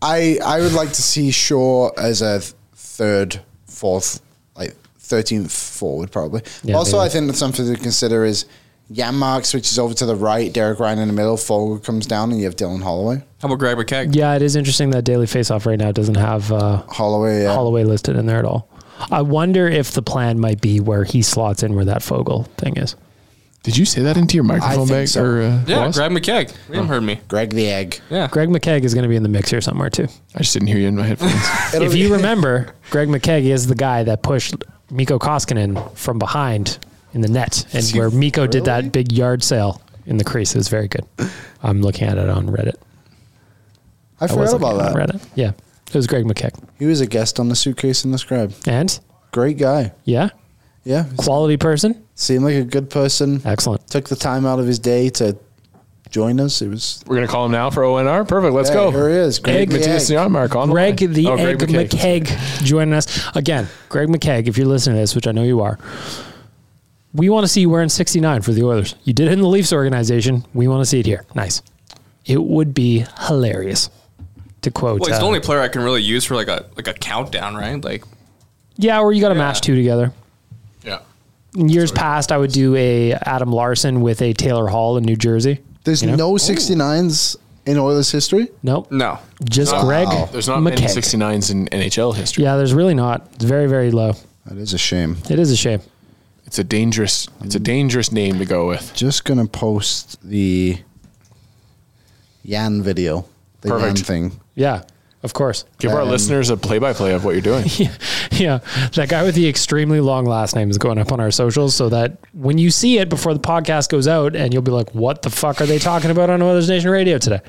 I I would like to see Shaw as a th- third, fourth, like thirteenth forward probably.
Yeah,
also,
maybe.
I think that's something to consider is Yanmark switches over to the right, Derek Ryan in the middle, Fogel comes down, and you have Dylan Holloway.
How about Greg Keg?
Yeah, it is interesting that Daily Faceoff right now doesn't have uh,
Holloway, yeah.
Holloway listed in there at all. I wonder if the plan might be where he slots in where that Fogel thing is.
Did you say that into your microphone
think
bag?
so.
Or, uh,
Yeah,
Ross?
Greg McKeg. Liam heard me.
Greg the Egg.
Yeah.
Greg McKeag is going to be in the mix here somewhere too.
I just didn't hear you in my headphones.
It'll
if
be-
you remember, Greg McKeag is the guy that pushed Miko Koskinen from behind in the net, and where Miko did that big yard sale in the crease. It was very good. I'm looking at it on Reddit.
I
I was
forgot about
looking at
that.
it on Reddit. Yeah, it was Greg McKeag,
He was a guest on the Suitcase and the Scribe.
and
Great guy.
yeah,
Yeah,
quality person,
seemed like a good person.
excellent.
Took the time out of his day to join us. It was
We're gonna call him now for ONR. Perfect. Let's
Yeah,
go.
Here he is, Greg
Egg
the
Matthias
Egg.
Janmark on
Greg
line.
the
Oh,
Egg
Greg McKeag.
McKeg joining us again. Greg McKeg, if you're listening to this, which I know you are, we want to see you wearing 69 for the Oilers. You did it in the Leafs organization. We want to see it here. Nice. It would be hilarious. To quote,
Well, he's
uh,
the only player I can really use for like a like a countdown, right? Like,
yeah, or you got to
Yeah.
match two together.
Yeah.
In years past, I would do a Adam Larson with a Taylor Hall in New Jersey.
There's
You know?
no 69s in Oilers history.
Nope,
no.
just Greg.
Oh, There's not many
McKeg.
69s in NHL history.
Yeah, there's really not. It's very, very low.
That is a shame.
It is a shame.
It's a dangerous. It's a dangerous name to go with.
Just gonna post the Yan video, the
Perfect.
Yan thing.
Yeah, of course.
Give our
Um,
listeners a play-by-play of what you're doing.
Yeah, that guy with the extremely long last name is going up on our socials so that when you see it before the podcast goes out, and you'll be like, "What the fuck are they talking about on Weather's Nation Radio today?"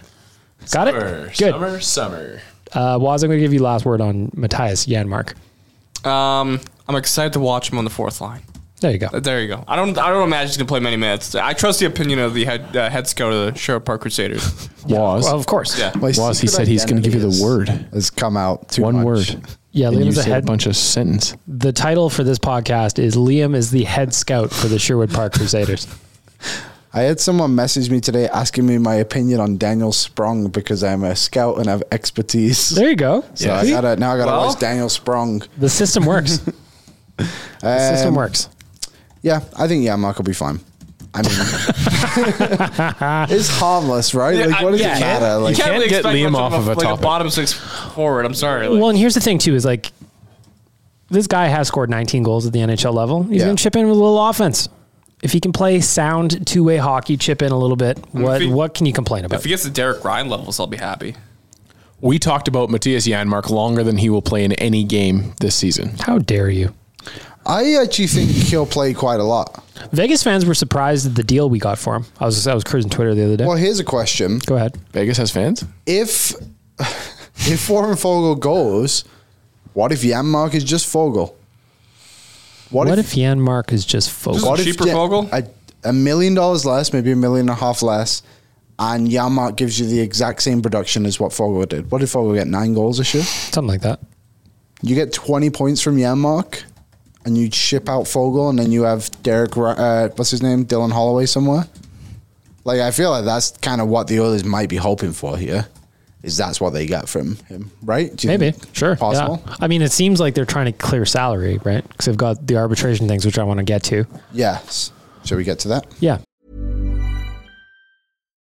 Got
Summer,
it. Good.
summer, summer.
Uh, Waz, I'm going to give you last word on Matthias Janmark.
Um, I'm excited to watch him on the fourth line.
There you go.
Uh, There you go. I don't. I don't imagine he's gonna play many minutes. I trust the opinion of the head uh, head scout of the Sherwood Park Crusaders.
Was
Well, of course.
Yeah.
My
was he
secret
said he's going to give you
identity
the
is-
word.
Has come out too
One
much.
word.
Yeah,
And
Liam's
you
a
said
head-
a bunch of sentence.
The title for this podcast is Liam is the head scout for the Sherwood Park Crusaders.
I had someone message me today asking me my opinion on Daniel Sprong because I'm a scout and have expertise.
There you go.
so I
See?
gotta now I gotta
Well-
watch Daniel Sprong.
the system works. the system
Um,
works.
Yeah, I think yeah, Mark will be fine. I mean, it's harmless, right? like, what does
yeah,
it matter? Like,
you can't,
can't
really
get
expect
Liam
much
off of a
like,
topic.
bottom six forward. I'm sorry. Like,
Well, and here's the thing too is like this guy has scored 19 goals at the NHL level. He's
Yeah.
going to chip in with a little offense. If he can play sound two-way hockey, chip in a little bit. What
he-
what can you complain about?
if he gets to Derek Ryan levels, I'll be happy.
We talked about Matthias Janmark longer than he will play in any game this season.
How dare you?
I actually think he'll play quite a lot.
Vegas fans were surprised at the deal we got for him. I was I was cruising Twitter the other day.
Well, here's a question:
Go ahead.
Vegas has fans.
If if Warren Fogle goes, what if Yanmark is just Fogle?
What, if, Yanmark is just focused?
What
Cheaper Fogle?
A, a million dollars less, maybe a million and a half less, and Yanmark gives you the exact same production as what Fogle did. What did Fogle get? Nine goals this year.
Something like that.
You get twenty points from Yanmark, and you ship out Fogle, and then you have Derek. Ri- Uh, what's his name? Dylan Holloway somewhere. Like I feel like that's kind of what the others might be hoping for here. Is that's what they get from him, right? Do you
Maybe.
think
Sure. yeah.
Possible.
I mean, it seems like they're trying to clear salary, right? Because they've got the arbitration things, which I want to get to.
Yes. Shall we get to that?
Yeah.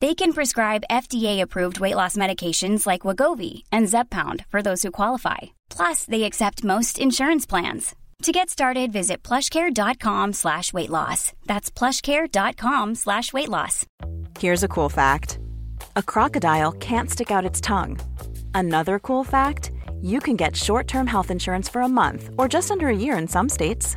They can prescribe FDA-approved weight loss medications like Wagovi and Zepbound for those who qualify. Plus, they accept most insurance plans. To get started, visit plushcare.com slash weight loss. That's plushcare.com slash weight loss.
Here's a cool fact a crocodile can't stick out its tongue. Another cool fact you can get short term health insurance for a month or just under a year in some states.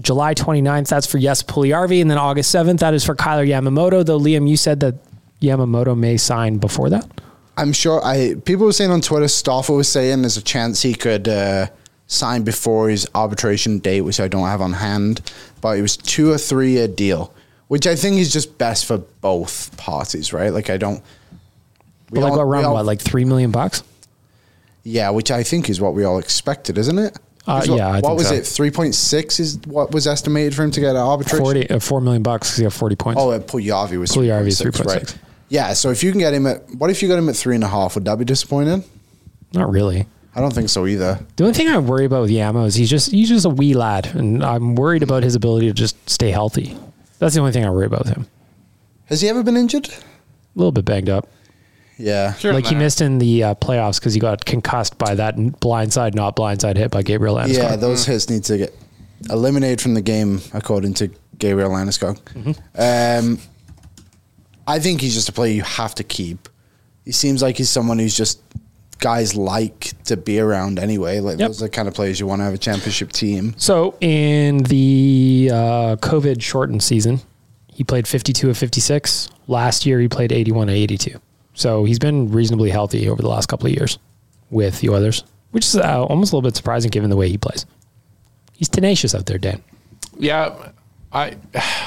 July 29th. That's for Yes Puliarvi. And then August 7th, that is for Kyler Yamamoto. Though, Liam, you said that Yamamoto may sign before that.
I'm sure I people were saying on Twitter, Stauffer was saying there's a chance he could uh, sign before his arbitration date, which I don't have on hand, but it was two or three year deal, which I think is just best for both parties, right? Like I don't. We
But like
all-
what
we
around
all-
what, like three million bucks?
yeah, which I think is what we all expected, isn't it?
Uh,
Is what,
yeah, I
what
think
was
so.
it? Three point six is what was estimated for him to get at arbitration.
Forty uh, four million bucks because you have forty points.
Oh, at Puljuavi was
Puljujarvi is
3.6,
3.6.
right? Yeah, so if you can get him at what if you got him at three and a half? Would that be disappointing?
Not really.
I don't think so either.
The only thing I worry about with Yamo is he's just he's just a wee lad, and I'm worried about his ability to just stay healthy. That's the only thing I worry about with him.
Has he ever been injured?
A little bit banged up.
Yeah.
Sure,
like he
man.
missed in the uh, playoffs because he got concussed by that n- blindside, not blindside hit by Gabriel Landeskog.
Yeah, those hits need
Mm-hmm.
to get eliminated from the game, according to Gabriel Landeskog. Um, I think he's just a player you have to keep. He seems like he's someone who's just guys like to be around anyway. Like
Yep.
those are the kind of players you want to have a championship team.
So in the uh, COVID shortened season, he played 52 of 56. Last year, he played 81 of 82. So he's been reasonably healthy over the last couple of years with the Oilers, which is uh, almost a little bit surprising given the way he plays. He's tenacious out there, Dan.
Yeah, I,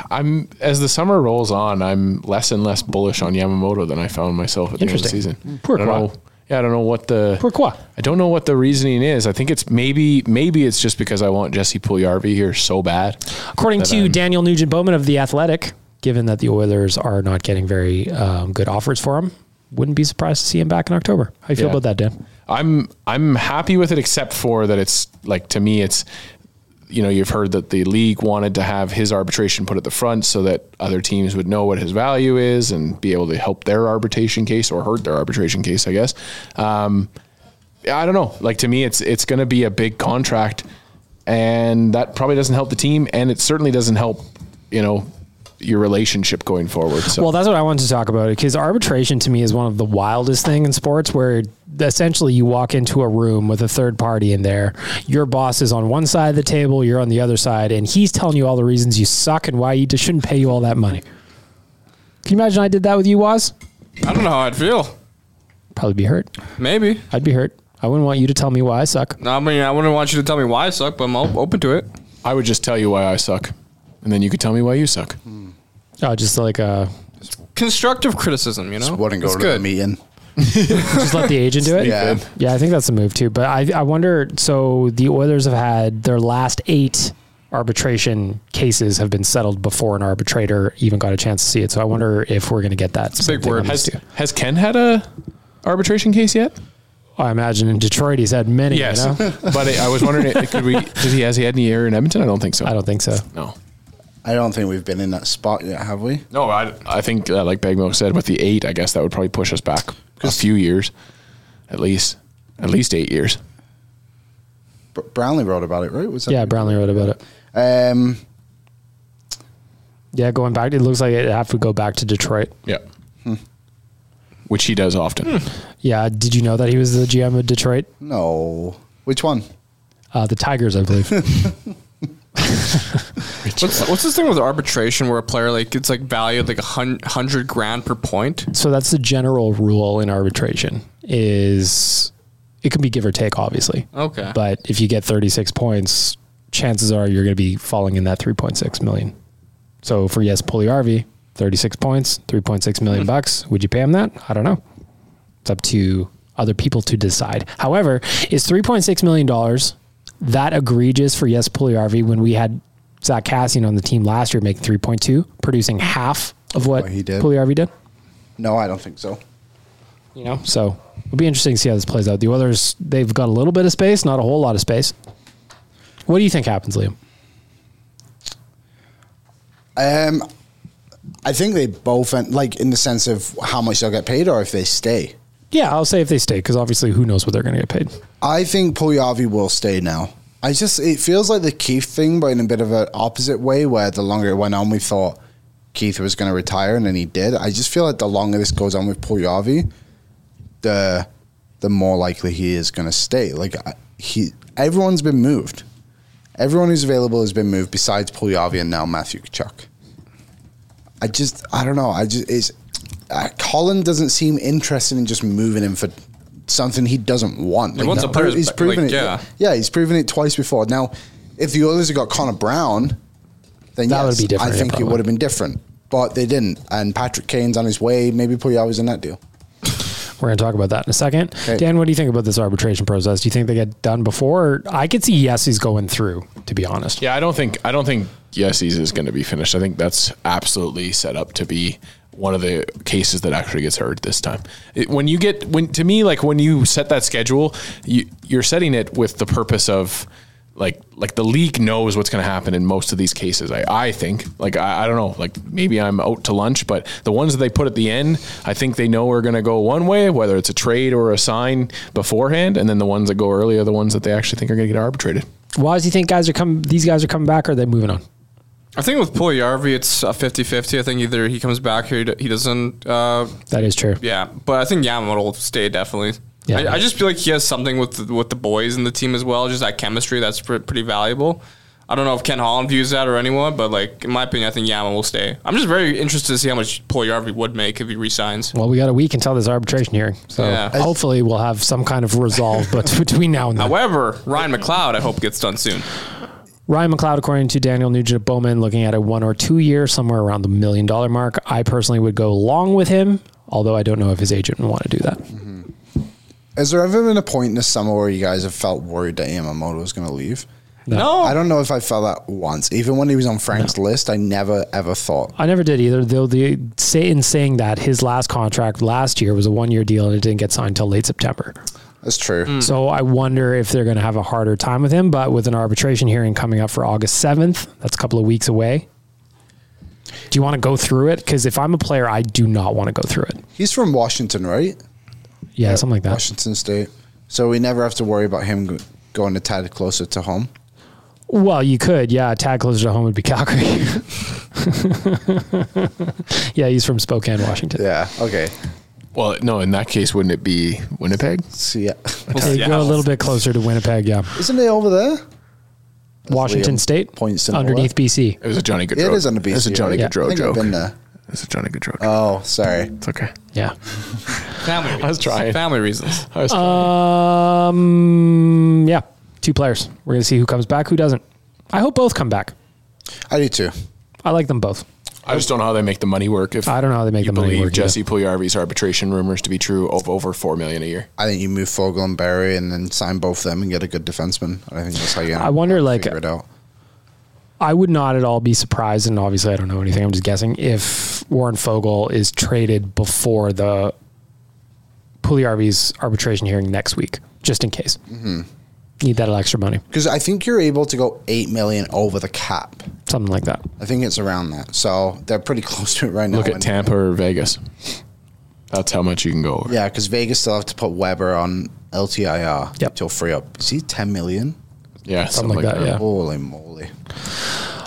I'm as the summer rolls on, I'm less and less bullish on Yamamoto than I found myself at the end of the
Interesting.
season.
Pourquoi?
I don't know- yeah, I don't know what the
Pourquoi?
I don't know what the reasoning is. I think it's maybe maybe it's just because I want Jesse Puljujarvi here so bad.
According
that
to
I'm-
Daniel Nugent Bowman of The Athletic, given that the Oilers are not getting very um, good offers for him, wouldn't be surprised to see him back in October. How you feel
Yeah.
about that, Dan?
I'm I'm happy with it, except for that it's like to me it's you know you've heard that the league wanted to have his arbitration put at the front so that other teams would know what his value is and be able to help their arbitration case or hurt their arbitration case, I guess. Um, I don't know. Like to me, it's it's going to be a big contract, and that probably doesn't help the team, and it certainly doesn't help you know your relationship going forward. So
Well, that's what I wanted to talk about because arbitration to me is one of the wildest thing in sports where essentially you walk into a room with a third party in there. Your boss is on one side of the table, you're on the other side, and he's telling you all the reasons you suck and why he just shouldn't pay you all that money. Can you imagine I did that with you, Waz?
I don't know how I'd feel.
Probably be hurt.
Maybe.
I'd be hurt. I wouldn't want you to tell me why I suck.
No, I mean, I wouldn't want you to tell me why I suck, but I'm o- open to it.
I would just tell you why I suck, and then you could tell me why you suck.
Oh, just like uh,
Constructive criticism, you know?
Just wouldn't go
It's
to the
good.
meeting.
just let the agent do it.
Yeah.
Yeah, I think that's the move too. But I, I wonder. So the Oilers have had their last eight arbitration cases have been settled before an arbitrator even got a chance to see it. So I wonder if we're going to get that.
big
something
word.
on these
Has,
two.
has Ken had a arbitration case yet?
I imagine in Detroit he's had many. Yes. You know?
but I I was wondering, if- could we? Did he? Has he had any here in Edmonton? I don't think so.
I don't think so.
No.
I don't think we've been in that spot yet, have we?
No, I, I think uh, like Bagmilk said, with the eight, I guess that would probably push us back a few years, at least, at least eight years.
Br- Brownlee wrote about it, right? Was that
Yeah, Brownlee wrote about it.
Um,
Yeah, going back, it looks like it have to go back to Detroit.
Hmm.
Yeah. Which he does
Hmm.
often.
Yeah, did you know that he was the GM of Detroit?
no. Which one?
Uh, the Tigers, I believe.
What's, what's this thing with arbitration where a player like it's like valued like a hun- hundred grand per point?
so that's the general rule in arbitration is it can be give or take obviously
Okay.
but if you get 36 points chances are you're going to be falling in that 3.6 million so for yes Puliarvi, 36 points 3.6 million bucks would you pay him that i don't know it's up to other people to decide however is 3.6 million dollars that egregious for yes Puliarvi when we had zach cassian on the team last year making 3.2 producing half of what,
What
what
he did.
did
No, I don't think so.
you know so it'll be interesting to see how this plays out the others they've got a little bit of space not a whole lot of space what do you think happens liam
Um, I think they both, end, like, in the sense of how much they'll get paid or if they stay.
yeah i'll say if they stay because obviously who knows what they're going to get paid
I think Puljuhvi will stay now. I just it feels like the Keith thing, but in a bit of an opposite way, where the longer it went on, we thought Keith was going to retire, and then he did. I just feel like the longer this goes on with Puljuhvi, the the more likely he is going to stay. Like I- he, everyone's been moved. Everyone who's available has been moved, besides Puljuhvi and now Matthew Kachuk. I just I don't know. I just it's uh, Colin doesn't seem interested in just moving him for something he doesn't want.
Yeah, once a player's
he's
back,
proven
like,
it.
yeah.
yeah, he's proven it twice before. Now, if the others had got Connor Brown, then
That
yes,
would be different,
I
yeah,
think it
probably.
would have been different. But they didn't, and Patrick Kane's on his way. Maybe Puyallu's in that deal.
we're going to talk about that in a second
Okay.
dan what do you think about this arbitration process do you think they get done before i could see yes he's going through to be honest
Yeah, I don't think I don't think Yeses is going to be finished. I think that's absolutely set up to be one of the cases that actually gets heard this time. It- when you get when to me like when you set that schedule, you you're setting it with the purpose of like like the league knows what's going to happen in most of these cases. I I think like I, I don't know like maybe I'm out to lunch, but the ones that they put at the end, I think they know are going to go one way, whether it's a trade or a sign beforehand, and then the ones that go early are the ones that they actually think are going to get arbitrated.
why does he think guys are coming these guys are coming back or are they moving on
I think with Puliarvi, it's a 50 50. I think either he comes back or he d- he doesn't. Uh,
That is true.
yeah, but I think Yamamoto will stay definitely.
Yeah.
I, I just feel like he has something with the, with the boys in the team as well, just that chemistry that's pre- pretty valuable. I don't know if Ken Holland views that or anyone, but like in my opinion, I think Yama will stay. I'm just very interested to see how much Puliarvi would make if he resigns.
Well, we got a week until this arbitration hearing, so
Yeah.
hopefully we'll have some kind of resolve. But between now and then,
However, Ryan McLeod, I hope gets done soon.
Ryan McLeod, according to Daniel Nugent Bowman, looking at a one or two year, somewhere around the million dollar mark. I personally would go long with him, although I don't know if his agent would want to do that.
Has there ever been a point in the summer where you guys have felt worried that E Yamamoto was going to leave?
No.
I don't know if I felt that once. Even when he was on Frank's list, I never ever thought.
I never did either. Though the say in saying that his last contract last year was a one year deal and it didn't get signed until late September.
That's true.
So I wonder if they're going to have a harder time with him. But with an arbitration hearing coming up for August 7th, that's a couple of weeks away. Do you want to go through it? Because if I'm a player, I do not want to go through it.
He's from Washington, right?
Yeah, something like that.
Washington State. So we never have to worry about him go- going a tad closer to home.
Well, you could. Yeah, a tad closer to home would be Calgary. yeah, he's from Spokane, Washington.
Yeah. Okay.
Well, no, in that case, wouldn't it be Winnipeg?
So yeah,
So you go a little bit closer to Winnipeg. Yeah,
isn't he over there?
Washington
Liam
State
points to
underneath BC.
It was a Johnny Gaudreau.
It is on the BC.
It was a Johnny
right? I
Gaudreau
think I've
joke.
been there.
It's a Johnny Gaudreau. joke.
Oh, sorry.
it's okay.
Yeah.
Family reasons. I
was trying.
Family reasons.
I was
Uh, Um. Yeah. Two players. We're gonna see who comes back, who doesn't. I hope both come back.
I do too.
I like them both.
I just don't know how they make the money work. If
I don't know how they make
you
the money
believe
work,
Jesse Pugliarvi's arbitration rumors to be true of over four million a year.
I think you move Fogel and Barry and then sign both of them and get a good defenseman. I think that's how you.
I wonder, like-
figure it out.
I would not at all be surprised, and obviously I don't know anything. I'm just guessing if Warren Fogle is traded before the Pugliarvi's arbitration hearing next week, just in case. Need that extra money,
because I think you're able to go eight million over the cap.
something like that.
I think it's around that, so they're pretty close to it right now.
Look at
And-
Tampa or Vegas. That's how much you can go over.
Yeah, because Vegas still have to put Weber on LTIR
Yep.
till free up. Is he ten million?
Yeah,
Something like that, yeah.
Holy moly!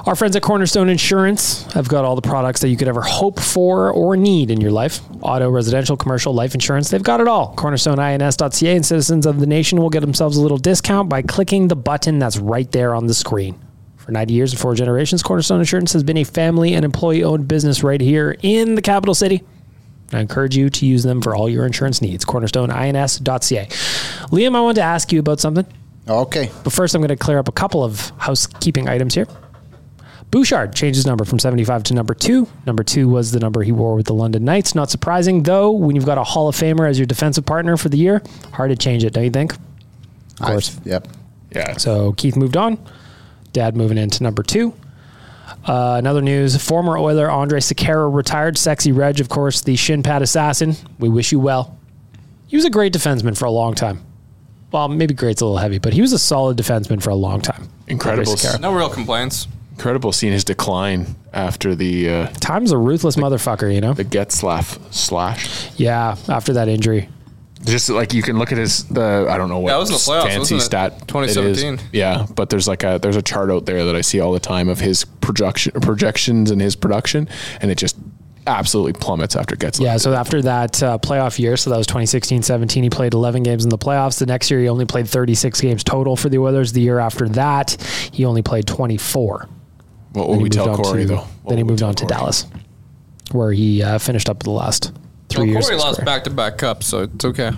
Our friends at Cornerstone Insurance have got all the products that you could ever hope for or need in your life auto, residential, commercial, life insurance. They've got it all. CornerstoneINS.ca and citizens of the nation will get themselves a little discount by clicking the button that's right there on the screen. For 90 years and four generations, Cornerstone Insurance has been a family and employee owned business right here in the capital city. I encourage you to use them for all your insurance needs. CornerstoneINS.ca. Liam, I want to ask you about something.
Okay,
But first, I'm going to clear up a couple of housekeeping items here. Bouchard changed his number from 75 to number two. Number two was the number he wore with the London Knights. Not surprising, though, when you've got a Hall of Famer as your defensive partner for the year, hard to change it, don't you think?
of
course.
yep.
yeah.
So Keith moved on. Dad moving into number two. Uh, another news: former Oiler Andre Sequeira retired. Sexy Reg, of course, the shin pad assassin. We wish you well. He was a great defenseman for a long time. Well, maybe great's a little heavy, but he was a solid defenseman for a long time.
Incredible,
Andre Sequeira.
No real complaints.
incredible seeing his decline after the uh,
Time's a ruthless motherfucker, you know.
the Getzlaff slash.
Yeah, after that injury,
Just like you can look at his the I don't know what
That was in the playoffs,
fancy
wasn't it?
stat it is.
2017.
Yeah, but there's like a there's a chart out there that I see all the time of his projection projections and his production, and it just absolutely plummets after Getzlaff.
Yeah, so after that uh, playoff year, so that was 2016 17, he played 11 games in the playoffs. The next year, he only played 36 games total for the Oilers. The year after that, he only played 24.
what will
Then
we
he moved
tell
on
Corey
to-
though? What
Then he
will we
moved
tell
on to
Corey?
Dallas, where he uh, finished up the last three
Well,
years.
Corey
of his
lost
career.
back to back cups, so it's okay.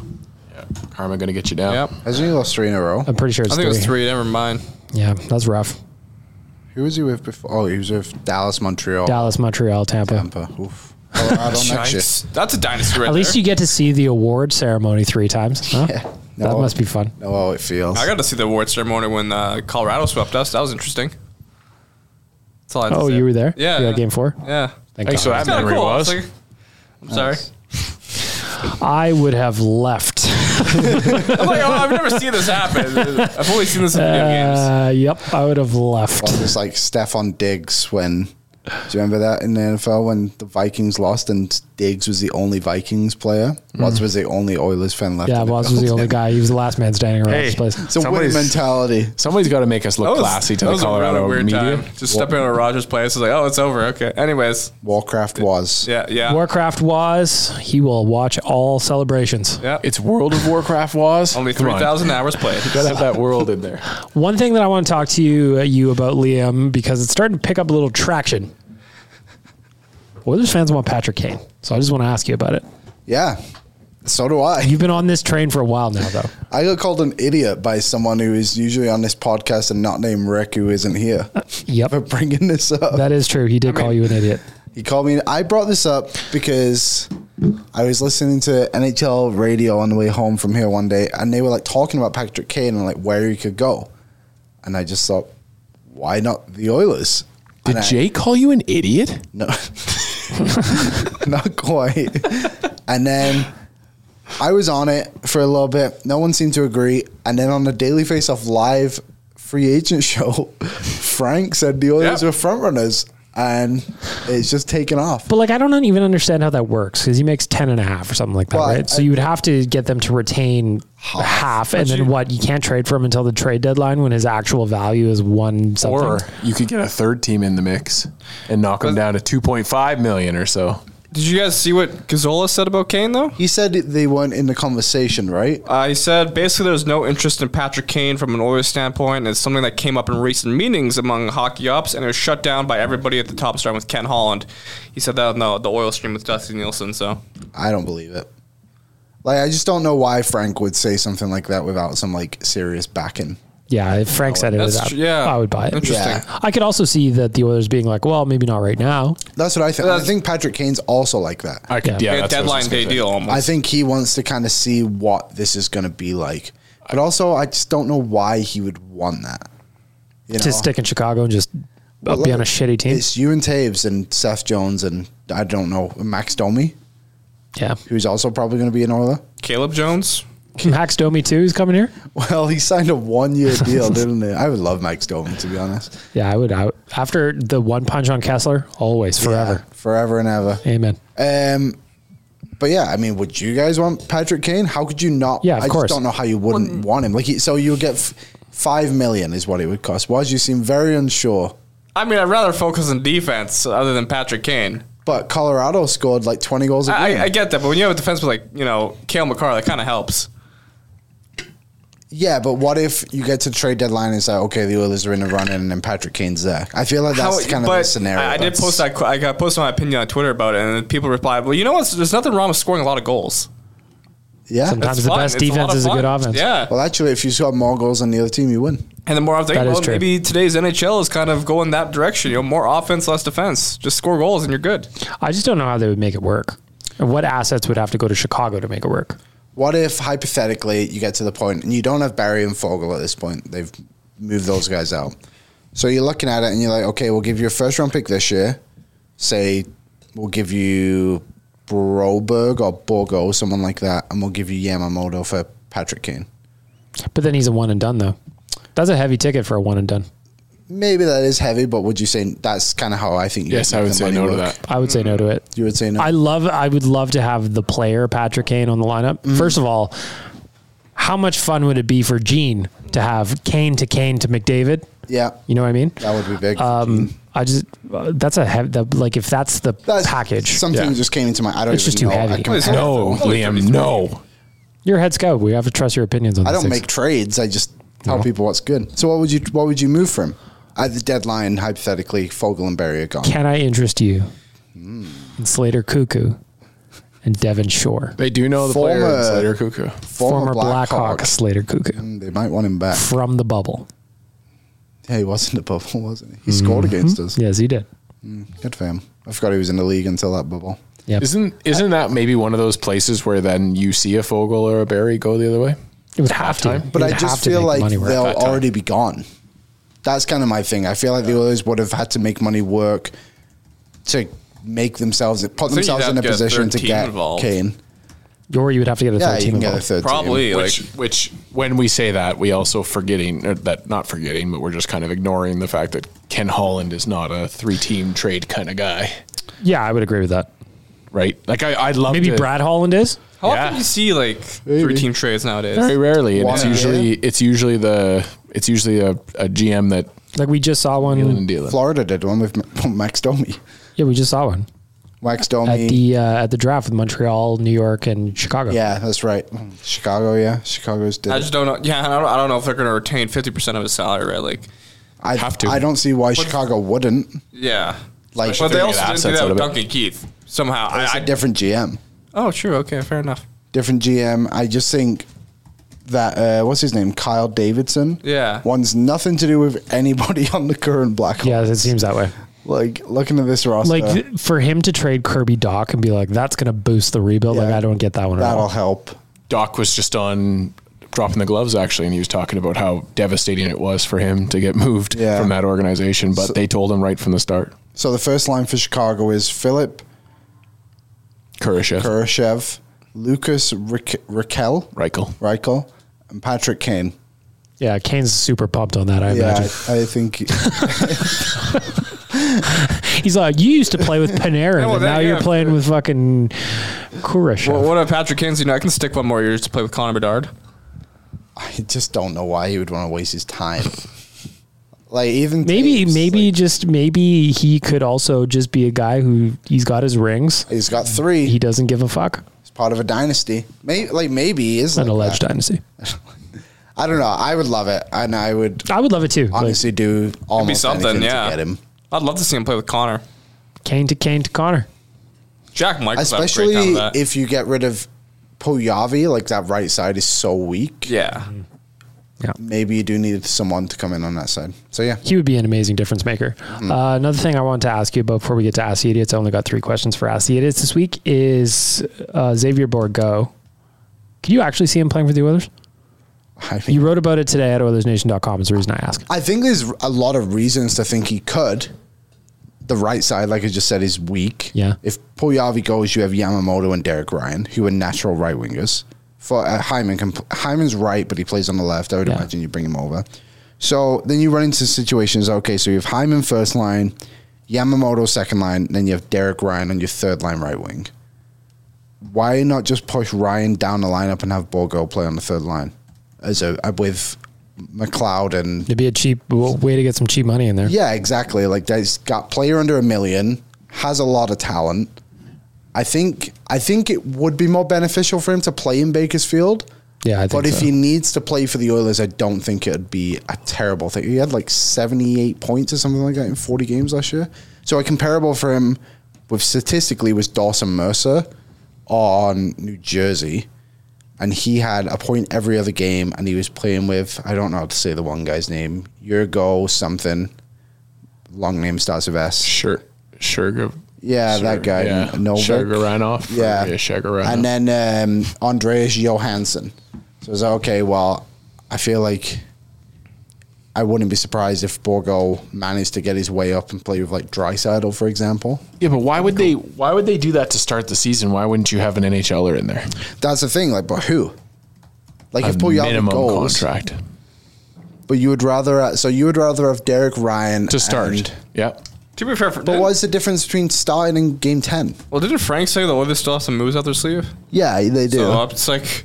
Karma gonna get you down.
Yep.
Hasn't he lost three in a row?
I'm pretty sure it's
I think it
three.
was three. Never mind.
Yeah, that's rough.
Who was he with before? Oh, he was with Dallas, Montreal,
Dallas, Montreal, Tampa.
Tampa. Oof. Colorado next year.
Yikes. That's a dynasty right
At least
there.
you get to see the award ceremony three times. Huh? that
No.
must be fun.
Know Oh, how it feels.
I got to see the award ceremony when uh, Colorado swept us. That was interesting. That's all I had to
Oh,
say.
you were there?
Yeah.
Yeah, game four?
Yeah.
Thank
Thanks for
God.
that memory
cool.
was.
It's like- I'm sorry.
I would have left.
I'm like, oh, I've never seen this happen. I've only seen this in video games.
Uh, yep, I would have left.
Well, it's like Stefan Diggs when Do you remember that in the NFL when the Vikings lost and Diggs was the only Vikings player? Watts
Mhm.
was the only Oilers fan left.
yeah,
in the
Watts was the only
building.
guy. He was the last man standing around this place.
It's a win mentality.
Somebody's got to make us look
That was-
classy to
that
the
was a
Colorado
really weird
media.
time. Just stepping on Rogers' place, it's like, oh, it's over. Okay. Anyways,
Warcraft was.
Yeah, yeah,
Warcraft was. He will watch all celebrations.
yeah.
It's World of Warcraft was
Only
Come on.
three thousand hours played.
You gotta have that world in there.
One thing that I want to talk to you, uh, you about Liam because it's starting to pick up a little traction. Oilers fans want Patrick Kane, so I just want to ask you about it.
Yeah. So do I.
You've been on this train for a while now, though.
I got called an idiot by someone who is usually on this podcast and not named Rick, who isn't here.
Yep.
For bringing this up.
That is true. He did call you an idiot.
He called me. I brought this up because I was listening to NHL radio on the way home from here one day, and they were like talking about Patrick Kane and like where he could go, and I just thought, why not the Oilers?
Did
And I-
Jay call you an idiot?
No, not quite. and then I was on it for a little bit. No one seemed to agree. And then on the Daily Face Off live free agent show, Frank said the Oilers
Yep.
were front runners, and it's just taken off.
But like, I don't even understand how that works because he makes ten and a half or something like that,
Well, I-
right? so you would have to get them to retain half, and then what? You can't trade for him until the trade deadline when his actual value is one something.
Or you could get a third team in the mix and knock them down to 2.5 million or so.
Did you guys see what Gazzola said about Kane though?
He said they weren't in the conversation, right?
Uh, he said basically there's no interest in Patrick Kane from an Oilers standpoint. and It's something that came up in recent meetings among hockey ops, and it was shut down by everybody at the top, starting with Ken Holland. He said that on the, the oil stream with Dusty Nielsen. So
I don't believe it. Like, I just don't know why Frank would say something like that without some like serious backing.
yeah, if Frank said it was
That's
up,
tr- yeah.
I would buy it.
Interesting.
Oh, Yeah.
I could also see that the Oilers being like, well, maybe not right now.
That's what I think. I think Patrick Kane's also like that.
I could, yeah,
a
that's what I was
deadline
just
day
gonna say.
deal
I
almost.
think he wants to kind of see what this is going to be like. But also, I just don't know why he would want that. You
Just stick in Chicago and just be on a shitty team.
It's you and Taves and Seth Jones and I don't know Max Domi,
Yeah,
who's also probably going to be an Oiler.
Caleb Jones.
Max Domi too is coming here.
Well, he signed a one-year deal, didn't he? I would love Max Domi to be honest.
Yeah, I would. I would after the one punch on Kessler, always forever.
Yeah, forever and ever.
Amen.
Um, but yeah, I mean, would you guys want Patrick Kane? How could you not?
Yeah, of
I
course.
just don't know how you wouldn't want him. Like, he, so you would get f- five million is what it would cost. Why? You seem very unsure.
I mean, I'd rather focus on defense other than Patrick Kane.
But Colorado scored like twenty goals a
I,
game.
I, I get that, but when you have a defenseman like you know Kale McCarr, that kind of helps.
yeah, but what if you get to the trade deadline and it's like, okay, the Oilers are in a run in, and then Patrick Kane's there? I feel like that's
How-
kind of
but
the scenario.
I, I did
That's-
post that. qu- I got posted my opinion on Twitter about it, and then people replied, "Well, you know what? There's nothing wrong with scoring a lot of goals.
Yeah.
Sometimes
It's
the
fun.
best
It's a lot
defense
of
is a
fun.
good offense.
Yeah.
well, actually, if you score more goals than the other team, you win.
And the more I'm thinking,
That is
well,
true.
maybe today's NHL is kind of going that direction. You know, more offense, less defense. Just score goals and you're good.
I just don't know how they would make it work. Or What assets would have to go to Chicago to make it work?
What if hypothetically you get to the point and you don't have Barry and Fogel at this point? They've moved those guys out. So you're looking at it and you're like, okay, we'll give you a first round pick this year. Say we'll give you Broberg or Borgo, someone like that, and we'll give you Yamamoto for Patrick Kane.
But then he's a one and done though. That's a heavy ticket for a one and done.
Maybe that is heavy, but would you say that's kind of how I think? You
Yes,
make
I would
the
say
money
no to
work?
that.
I would say
Hmm.
no to it.
You would say no.
I love. I would love to have the player Patrick Kane on the lineup.
Hmm.
First of all, how much fun would it be for Gene to have Kane to Kane to McDavid?
yeah,
You know what I mean?
that would be big.
Um, I just that's a heavy, that, like if that's the
that's
package.
Something
Yeah.
just came into my. I don't
It's
even
just too
know. I
heavy.
can't-
No, Liam, no.
Your head's go. We have to trust your opinions on.
I don't
these
make
things.
trades. I just tell people what's good. So what would you what would you move from at the deadline? Hypothetically, Fogel and Barry are gone.
Can I interest you? in Slater Cuckoo and Devon Shore,
They do know the player
Former-
in Slater Cuckoo.
former, Blackhawk
Hawk.
Slater Cuckoo
Mm, They might want him back.
from the bubble.
Yeah, he was in the bubble, wasn't he? He scored
Mm-hmm.
against us.
Yes, he did.
Good for him. I forgot he was in the league until that bubble.
Yep.
Isn't isn't that maybe one of those places where then you see a Fogel or a Barry go the other way?
It would have to.
halftime?
It
But
would
I just
have to
feel
make the
like
money work.
they'll
that time.
already be gone. That's kind of my thing. I feel like the Oilers would have had to make money work to make themselves put
you'd
themselves
have
in a
to get a
position
third
to
team
get
involved.
Kane.
Or you would have to get a
Yeah,
third
you
team
can get a
involved.
third Probably, like- Which- which when we say that, we also forgetting or that not forgetting, but we're just kind of ignoring the fact that Ken Holland is not a three-team trade kind of guy,
Yeah, I would agree with that.
right? Like I, I'd love
Maybe
to-
Brad Holland is.
How often do you see like three team trades nowadays?
very rarely, and it's
One a
usually it's usually the it's usually a, a GM that
like we just saw one
Florida did one with M- Max Domi.
Yeah, we just saw one.
Max
At
Domi.
the uh, at the draft with Montreal, New York, and Chicago.
Yeah, that's right. Chicago, yeah. Chicago's did.
I
it.
just don't know. Yeah, I don't, I don't know if they're going to retain fifty percent of his salary, right? Like,
I have to. I don't see why Chicago wouldn't.
yeah,
Like-
but
Especially
they
if
also
they get
didn't do
assets
that
out
with
of it.
Duncan Keith somehow.
It's
I,
a
I,
different GM.
oh, sure, okay, fair enough.
Different GM. I just think that uh, what's his name, Kyle Davidson.
Yeah.
wants nothing to do with anybody on the current Blackhawks. Yeah,
it seems that way.
Like looking at this roster,
Like th- for him to trade Kirby Doc and be like, "That's going to boost the rebuild." Like I don't get that one. at all.
help.
Doc was just on dropping the gloves actually, and he was talking about how devastating it was for him to get moved from that organization. But they told him right from the start,
so the first line for Chicago is Philip
Kurashev,
Kurashev, Lucas Rick- Raquel,
Reichel,
Reichel, and Patrick Kane.
Yeah, Kane's super pumped on that.
yeah,
I imagine
I, I think
he's like, "You used to play with Panarin,
Yeah, well,
and
that-
now you're
yeah.
playing with fucking Kurashev."
Well, what about Patrick Kane? You know, I can stick one more year to play with Connor Bedard.
I just don't know why he would want to waste his time. Like even
Maybe, maybe just maybe he could also just be a guy who he's got his rings.
He's got three.
He doesn't give a fuck.
He's part of a dynasty. Maybe like maybe he is
An
like
alleged
that.
dynasty.
I don't know. I would love it, and I would.
I would love it too.
Honestly, do
It'd
almost
be something.
anything
Yeah,
to get him.
I'd love to see him play with Connor.
Kane to Kane to Connor.
Jack Michaels, had a great time
Especially
with that.
if you get rid of Poyavi, like that right side is so weak.
Yeah.
Yeah.
Maybe you do need someone to come in on that side. So yeah.
He would be an amazing difference maker. Uh, another thing I wanted to ask you about before we get to Ask the Idiots, I only got three questions for Ask the Idiots this week, is uh, Xavier Borgo. Can you actually see him playing for the Oilers? you wrote about it today at OilersNation.com is the reason I ask.
I think there's a lot of reasons to think he could. The right side, like I just said, is weak.
Yeah.
If Poyavi goes, you have Yamamoto and Derek Ryan, who are natural right wingers. For uh, Hyman, can, Hyman's right, but he plays on the left. I would imagine you bring him over. So then you run into situations. Okay, so you have Hyman first line, Yamamoto second line, then you have Derek Ryan on your third line right wing. Why not just push Ryan down the lineup and have Borgo play on the third line as a uh, with McLeod and
It'd be a cheap w- way to get some cheap money in there.
yeah, exactly. Like that's got player under a million, has a lot of talent. I think I think it would be more beneficial for him to play in Bakersfield.
Yeah, I think
But if
so.
he needs to play for the Oilers, I don't think it'd be a terrible thing. He had like seventy-eight points or something like that in forty games last year. So a comparable for him with statistically was Dawson Mercer on New Jersey. And he had a point every other game, and he was playing with I don't know how to say the one guy's name, Yurgo something. Long name starts with S.
Sure, Sure.
Yeah, that guy.
yeah.
Novak.
Shagaranoff.
Yeah.
Yeah, Shagaranoff.
And then um, Andreas Johansson. So I was like, okay, well, I feel like I wouldn't be surprised if Borgo managed to get his way up and play with like Drysaddle, for example.
Yeah, but why would they? Why would they do that to start the season? Why wouldn't you have an NHLer er in there?
That's the thing, like, but who? Like
A
if Puljujarvi
minimum
goes,
contract
but you would rather, uh, so you would rather have Derek Ryan
to start.
and-
yeah.
To be fair, for,
but what's the difference between starting and game ten?
well, didn't Frank say the Oilers still have some moves out their sleeve?
Yeah, they do.
So it's like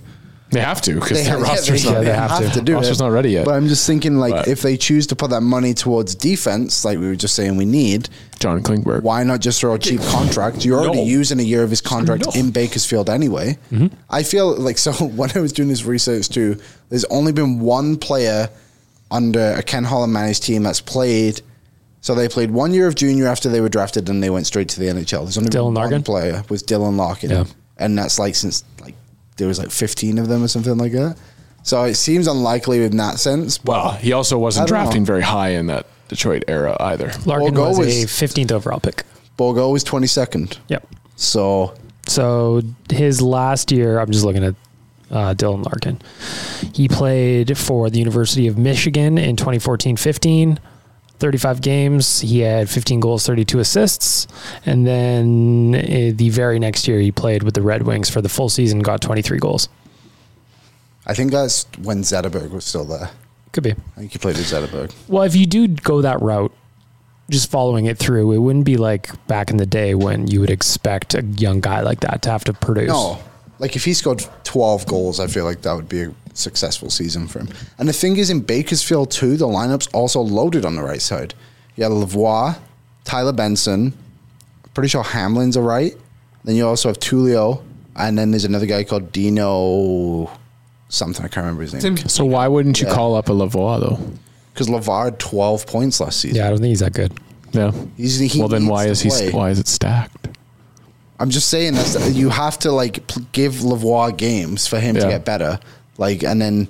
they have to
They
because their
have- yeah,
roster's
they-
not.
they have to do
roster's
it.
not ready yet.
But I'm just thinking, like, if they choose to put that money towards defense, like we were just saying, we need
John Klingberg.
Why not just throw a cheap contract? You're already
No.
using a year of his contract
No.
in Bakersfield anyway.
Mm-hmm.
I feel like so when I was doing this research too, there's only been one player under a Ken Holland managed team that's played. So they played one year of junior after they were drafted, and they went straight to the NHL. There's only
Dylan
been one
Larkin?
player was Dylan Larkin,
Yeah.
and that's like since like there was like 15 of them or something like that. So it seems unlikely in that sense. But
Well, he also wasn't
I don't
drafting
know.
very high in that Detroit era either.
Larkin
Borgo
was,
was-
a 15th overall pick.
Borgo was 22nd.
Yep.
So
So his last year, I'm just looking at uh, Dylan Larkin. He played for the University of Michigan in 2014-15, 35 games. He had 15 goals, 32 assists. And then uh, the very next year, he played with the Red Wings for the full season, got 23 goals.
I think that's when Zetterberg was still there.
Could be.
I think he played with Zetterberg.
Well, if you do go that route, just following it through, it wouldn't be like back in the day when you would expect a young guy like that to have to produce.
No, like if he scored 12 goals, I feel like that would be a successful season for him. And the thing is, in Bakersfield too, the lineup's also loaded on the right side. You had Lavoie, Tyler Benson, pretty sure Hamlin's a right. Then you also have Tulio, and then there's another guy called Dino something. I can't remember his name.
So why wouldn't you call up a Lavoie though?
Because Lavoie had 12 points last season.
Yeah, I don't think he's that good.
Yeah.
He's- he
well, then
needs
why
to
is he?
play.
Why is it stacked?
I'm just saying that you have to like pl- give Lavoie games for him to
Yeah.
get better. Like, and then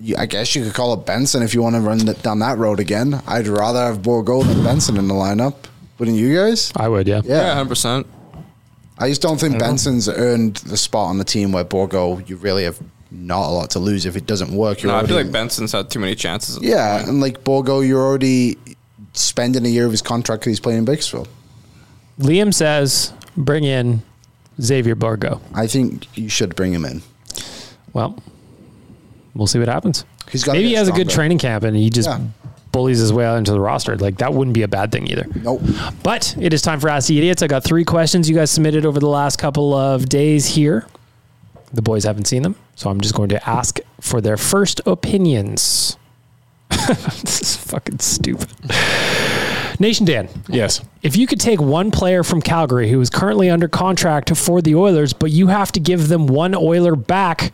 you, I guess you could call up Benson if you want to run th- down that road again. I'd rather have Borgo than Benson in the lineup, wouldn't you guys?
I would, yeah.
Yeah.
hundred percent.
I just don't think Benson's earned the spot on the team where Borgo you really have not a lot to lose if it doesn't work. You're
No, I feel
already-
like Benson's had too many chances. at this
yeah,
point.
and like Borgo, you're already spending a year of his contract because he's playing in Bakersfield.
Liam says, bring in Xavier Borgo.
I think you should bring him in.
Well, we'll see what happens.
He's got
Maybe he has a good training camp and he just
Yeah.
bullies his way out into the roster. Like, that wouldn't be a bad thing either.
Nope.
But it is time for Ask the Idiots. I got three questions you guys submitted over the last couple of days here. The boys haven't seen them, so I'm just going to ask for their first opinions. this is fucking stupid. Nation Dan,
Yes.
if you could take one player from Calgary who is currently under contract for the Oilers, but you have to give them one Oiler back,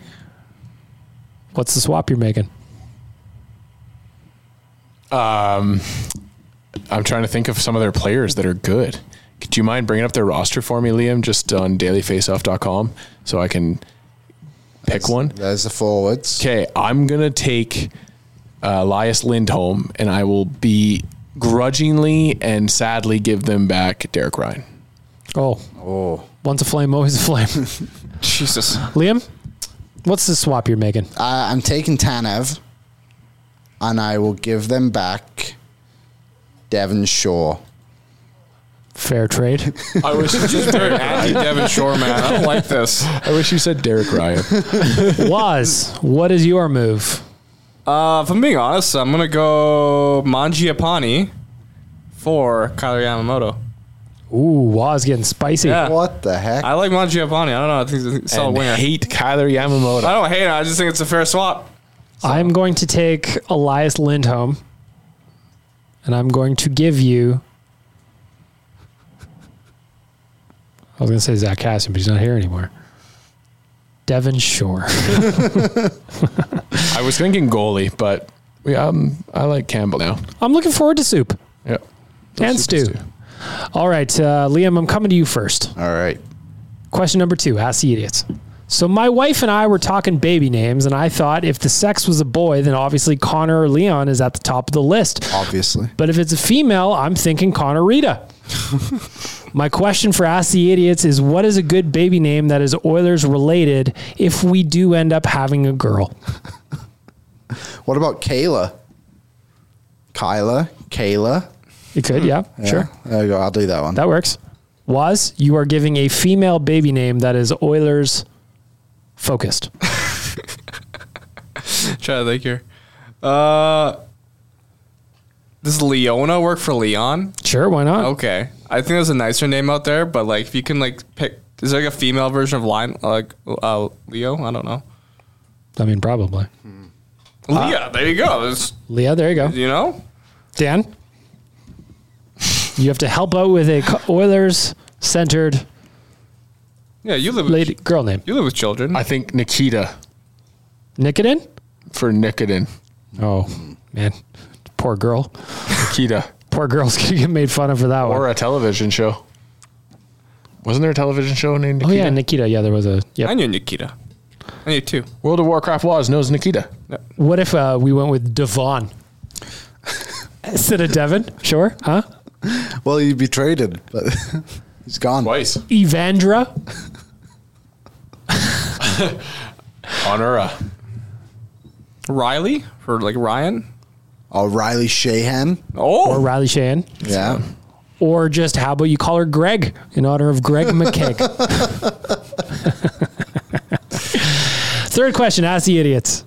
what's the swap you're making?
I'm trying to think of some of their players that are good. Do you mind bringing up their roster for me, Liam, just on dailyfaceoff.com so I can pick one?
There's the forwards.
Okay, I'm gonna take uh, Elias Lindholm, and I will be grudgingly and sadly give them back Derek Ryan.
Oh,
Oh.
once a flame, always a flame.
Jesus.
Liam, what's the swap you're making?
I, I'm taking Tanev, and I will give them back Devon Shaw.
Fair trade.
I was just very anti Devin Shore, man. I don't like this.
I wish you said Derek Ryan.
Was, what is your move?
Uh, if I'm being honest, I'm gonna go Mangiapane for Kyler Yamamoto.
Ooh, Waz getting spicy.
Ah.
Yeah.
What the heck?
I like Mangiapane. I don't know. I think he's a solid
and
winger.
hate Kyler Yamamoto.
I don't hate him. I just think it's a fair swap.
I'm going to take Elias Lindholm and I'm going to give you. I was going to say Zach Cassian, but he's not here anymore. Devon Shore.
I was thinking goalie, but we, um, I like Campbell now.
I'm looking forward to soup
Yeah.
and
soup and
stew. All right, uh, Liam, I'm coming to you first.
All right.
Question number two, ask the idiots. So my wife and I were talking baby names, and I thought if the sex was a boy, then obviously Connor or Leon is at the top of the list.
Obviously.
But if it's a female, I'm thinking Connor Rita. my question for Ask the Idiots is what is a good baby name that is Oilers related if we do end up having a girl?
What about Kayla? Kyla? Kayla?
You could, yeah, sure.
There you go. I'll do that one.
That works. Was, you are giving a female baby name that is Oilers focused.
Try to think here. Uh, does Leona work for Leon?
Sure, why
Oh.
not?
Okay, I think there's a nicer name out there, but like if you can like pick, is there like a female version of Lion, like uh, Leo? I don't know.
I mean, probably.
Uh,
Leah, there you go. There's-
Leah, there you go.
you know,
Dan, you have to help out with a co- Oilers centered
yeah, you live with,
lady girl name.
you live with children.
I think Nikita
Nikodin?
for Nikodin.
Oh, man. Poor girl.
Nikita.
Poor girl's going to get made fun of for that
Or
one.
a television show. Wasn't there a television show named
Oh,
Nikita?
yeah, Nikita. Yeah, there was a.
I
Yep.
knew Nikita. I knew two.
World of Warcraft Laws knows Nikita.
What if uh, we went with Devon? Instead of Devon? Sure. Huh?
Well, you'd be traded, but he's gone.
Twice.
Evandra?
Honora. uh,
Riley or like Ryan.
Or Oh, Riley Shahan.
Oh.
Or Riley Shahan.
Yeah.
Or just how about you call her Greg in honor of Greg McKeg? Third question, ask the idiots.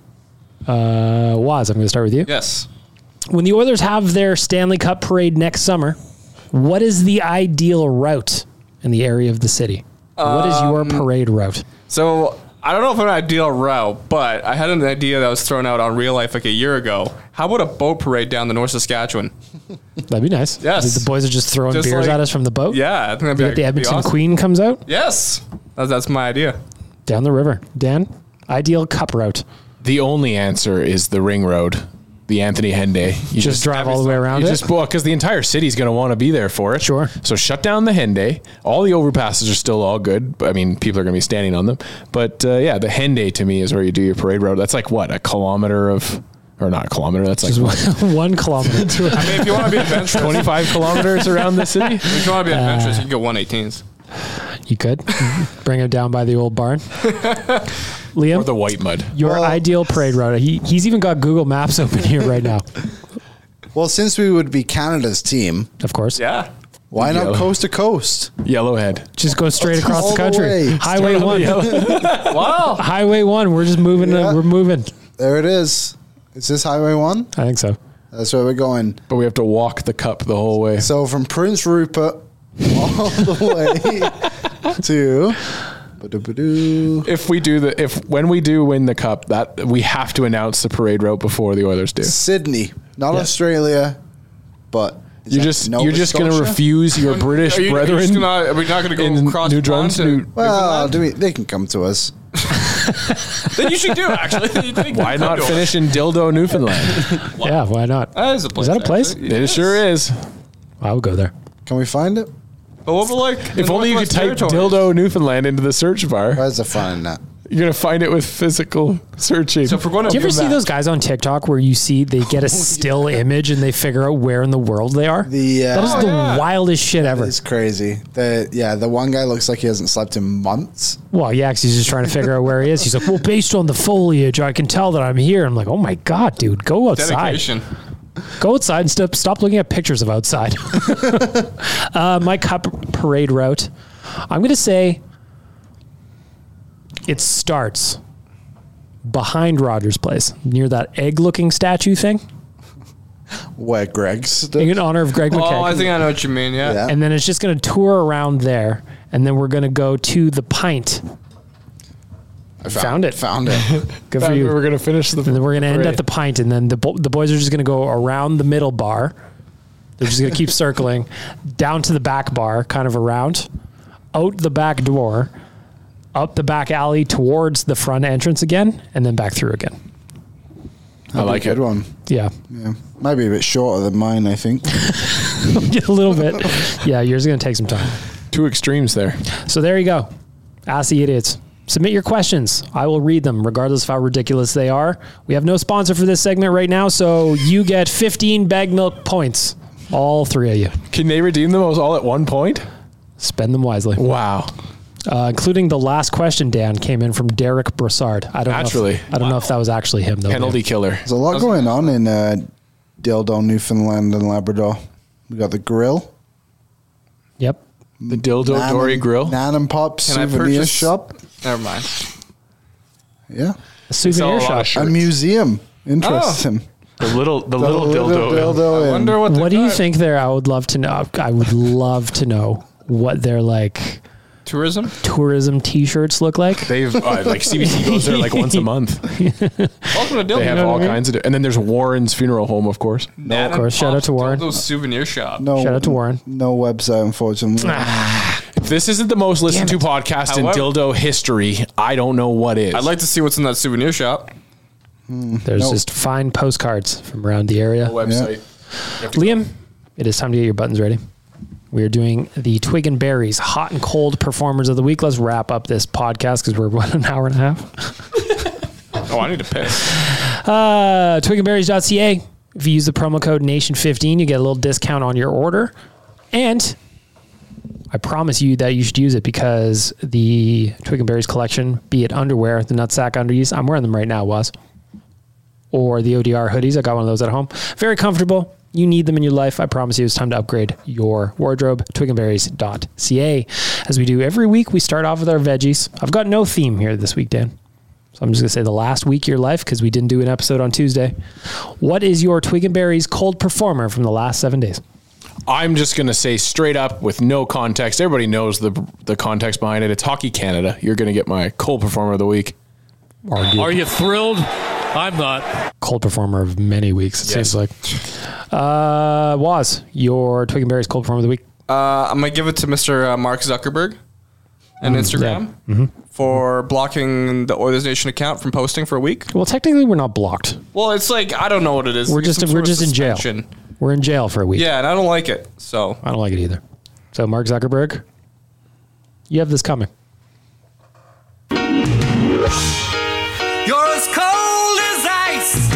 Uh, Waz, I'm going to start with you.
Yes.
When the Oilers have their Stanley Cup parade next summer, what is the ideal route in the area of the city? what is your
Um,
parade route?
So I don't know if an ideal route, but I had an idea that was thrown out on real life like a year ago. How about a boat parade down the North Saskatchewan?
That'd be nice.
Yes.
The boys are just throwing
Just
beers
like-
at us from the
Oh.
boat.
Yeah, I think that'd be,
Like the
that'd be
Edmonton
awesome.
Queen comes out
Yes, that's, that's my idea.
down the river. Dan, ideal cup route.
The only answer is the ring road, the Anthony Henday. You
Just drive all the way around
You
it?
just because the entire city's going to want to be there for it.
Sure.
So shut down the Henday. All the overpasses are still all good. but- I mean, people are going to be standing on them. But uh, yeah, the Henday to me is where you do your parade road. That's like what a kilometer of, or not a kilometer. That's like
Just one, one kilometer.
I mean, if you want to be adventurous,
twenty five kilometers around the city.
if you want
Uh,
to be adventurous, you can go 118s.
you could bring him down by the old barn. Liam,
Or the white mud.
your
Well-
ideal parade route. He, he's even got Google Maps open here right now.
Well, since we would be Canada's team,
Of course,
Yeah.
why not
Yeah.
coast to coast?
Yellowhead.
just go straight across
All
the
the
country.
way.
Highway one,
Wow.
Highway one. We're just moving. uh,
Yeah.
we're moving.
There it is. Is this Highway 1?
I think so.
That's where we're going.
But we have to walk the cup the whole way.
So from Prince Rupert all the way to. Ba-da-ba-doo.
if we do the if when we do win the cup, that we have to announce the parade route before the Oilers do.
Sydney, not Australia, but is
You're
that
just
Nova
you're just going to
Scotia?
refuse your British
Are you- are you
brethren.
just not- Uh, are we not going to go
in
across
New
ponds
Bruns-
to-
New-
Well, do we, they can come to us.
Then you should do actually.
Why not finish in Dildo, Newfoundland?
Yeah, why not?
Uh,
That is a place.
Is that a place?
actually.
it sure is.
I would go there.
Can we find it?
But what about like
If
the
only you could
Northwest
type
Territories?
Dildo, Newfoundland into the search bar,
Where's the fun in that?
you're going to find it with physical searching.
So if we're going to
Do you ever
do
see
that-
those guys on TikTok where you see they get a still image and they figure out where in the world they are?
The, uh,
that is
Oh,
the wildest shit ever.
It's crazy. The yeah, the one guy looks like he hasn't slept in months.
Well, yeah, 'cause he's just trying to figure out where he is. He's like, well, based on the foliage, I can tell that I'm here. I'm like, oh my god, dude, go outside,
dedication?
go outside, and stop, stop looking at pictures of outside. uh, my cup parade route, I'm gonna say, it starts behind Rogers Place near that egg-looking statue thing
Where Greg's
in honor of Greg McKay.
Oh, I think I know what you mean. Yeah.
Yeah.
and then it's just going to tour around there and then we're going to go to the pint
I
found it.
Found it.
good for
Found where
you
we're going to finish the
and then we're going to end
parade.
at the pint and then the, bo- the boys are just going to go around the middle bar they're just going to keep circling down to the back bar kind of around out the back door up the back alley towards the front entrance again and then back through again
I like
Good
it.
one.
yeah
Yeah. Might be a bit shorter than mine, I think.
a little bit yeah yours is going to take some time
Two extremes there.
So there you go. Ask the idiots. Submit your questions. I will read them, regardless of how ridiculous they are. We have no sponsor for this segment right now, so you get 15 bag milk points. All three of you.
Can they redeem them all at one point?
Spend them wisely.
Wow.
Uh, including the last question, Dan, came in from Derek Brassard. I don't Know
Naturally.
if, I don't know if that was actually him, though.
Penalty killer.
There's a lot going on in uh, Dildo, Newfoundland, and Labrador. We got the grill,
Yep.
The Dildo
Nan
Dory
and-
Grill.
Nan and Pop
Can I
souvenir
purchase-
shop.
Never mind.
Yeah,
A
Sell a
souvenir
lot
shop.
of
a
shirts.
museum. Interesting.
The little, the,
The
little, dildo.
dildo
I
in.
wonder what.
What
they've
do you
got.
think there? I would love to know. I would love to know what their like
Tourism.
tourism T-shirts look like.
They've uh, like CBC goes there like once a month.
Welcome to Dildo.
They have all kinds of, and then there's Warren's funeral home, of course.
Nan
of
and
course. Shout out
Pop's
to Warren.
Dildo souvenir shop.
No,
Shout out to Warren.
No website, unfortunately.
This isn't the most listened to podcast in
However-
dildo history. I don't know what is.
I'd like to see what's in that souvenir shop.
There's
Nope.
just fine postcards from around the area.
website.
Liam, it is time to get your buttons ready. We are doing the Twig and Berries Hot and Cold Performers of the Week. Let's wrap up this podcast because we're what an hour and a half.
Oh, I need to piss.
Uh, twigandberries.ca. If you use the promo code Nation15, you get a little discount on your order. And I promise you that you should use it because the Twig and Berries collection, be it underwear, the nutsack underease, I'm wearing them right now, was or the ODR hoodies. I got one of those at home. Very comfortable. You need them in your life. I promise you, it's time to upgrade your wardrobe. Twigandberries.ca. As we do every week, we start off with our veggies. I've got no theme here this week, Dan. So I'm just going to say the last week of your life because we didn't do an episode on Tuesday. What is your Twig and Berries cold performer from the last seven days?
I'm just going to say straight up with no context. Everybody knows the the context behind it. It's Hockey Canada. You're going to get my cold performer of the week.
Are you thrilled? I'm not.
Cold performer of many weeks, it seems like. Uh, Waz, your Twig and Berries cold performer of the week.
Uh, I'm gonna give it to Mr. Uh, Mark Zuckerberg and
Mm-hmm.
Instagram for blocking the Oilers Nation account from posting for a week.
Well, technically, we're not blocked.
Well, it's like I don't know what it is.
We're
It's
just
some
we're
sort of
just in jail.
suspension.
We're in jail for a week.
Yeah, and I don't like it. So
I don't like it either. So, Mark Zuckerberg, you have this coming.
You're as cold as ice.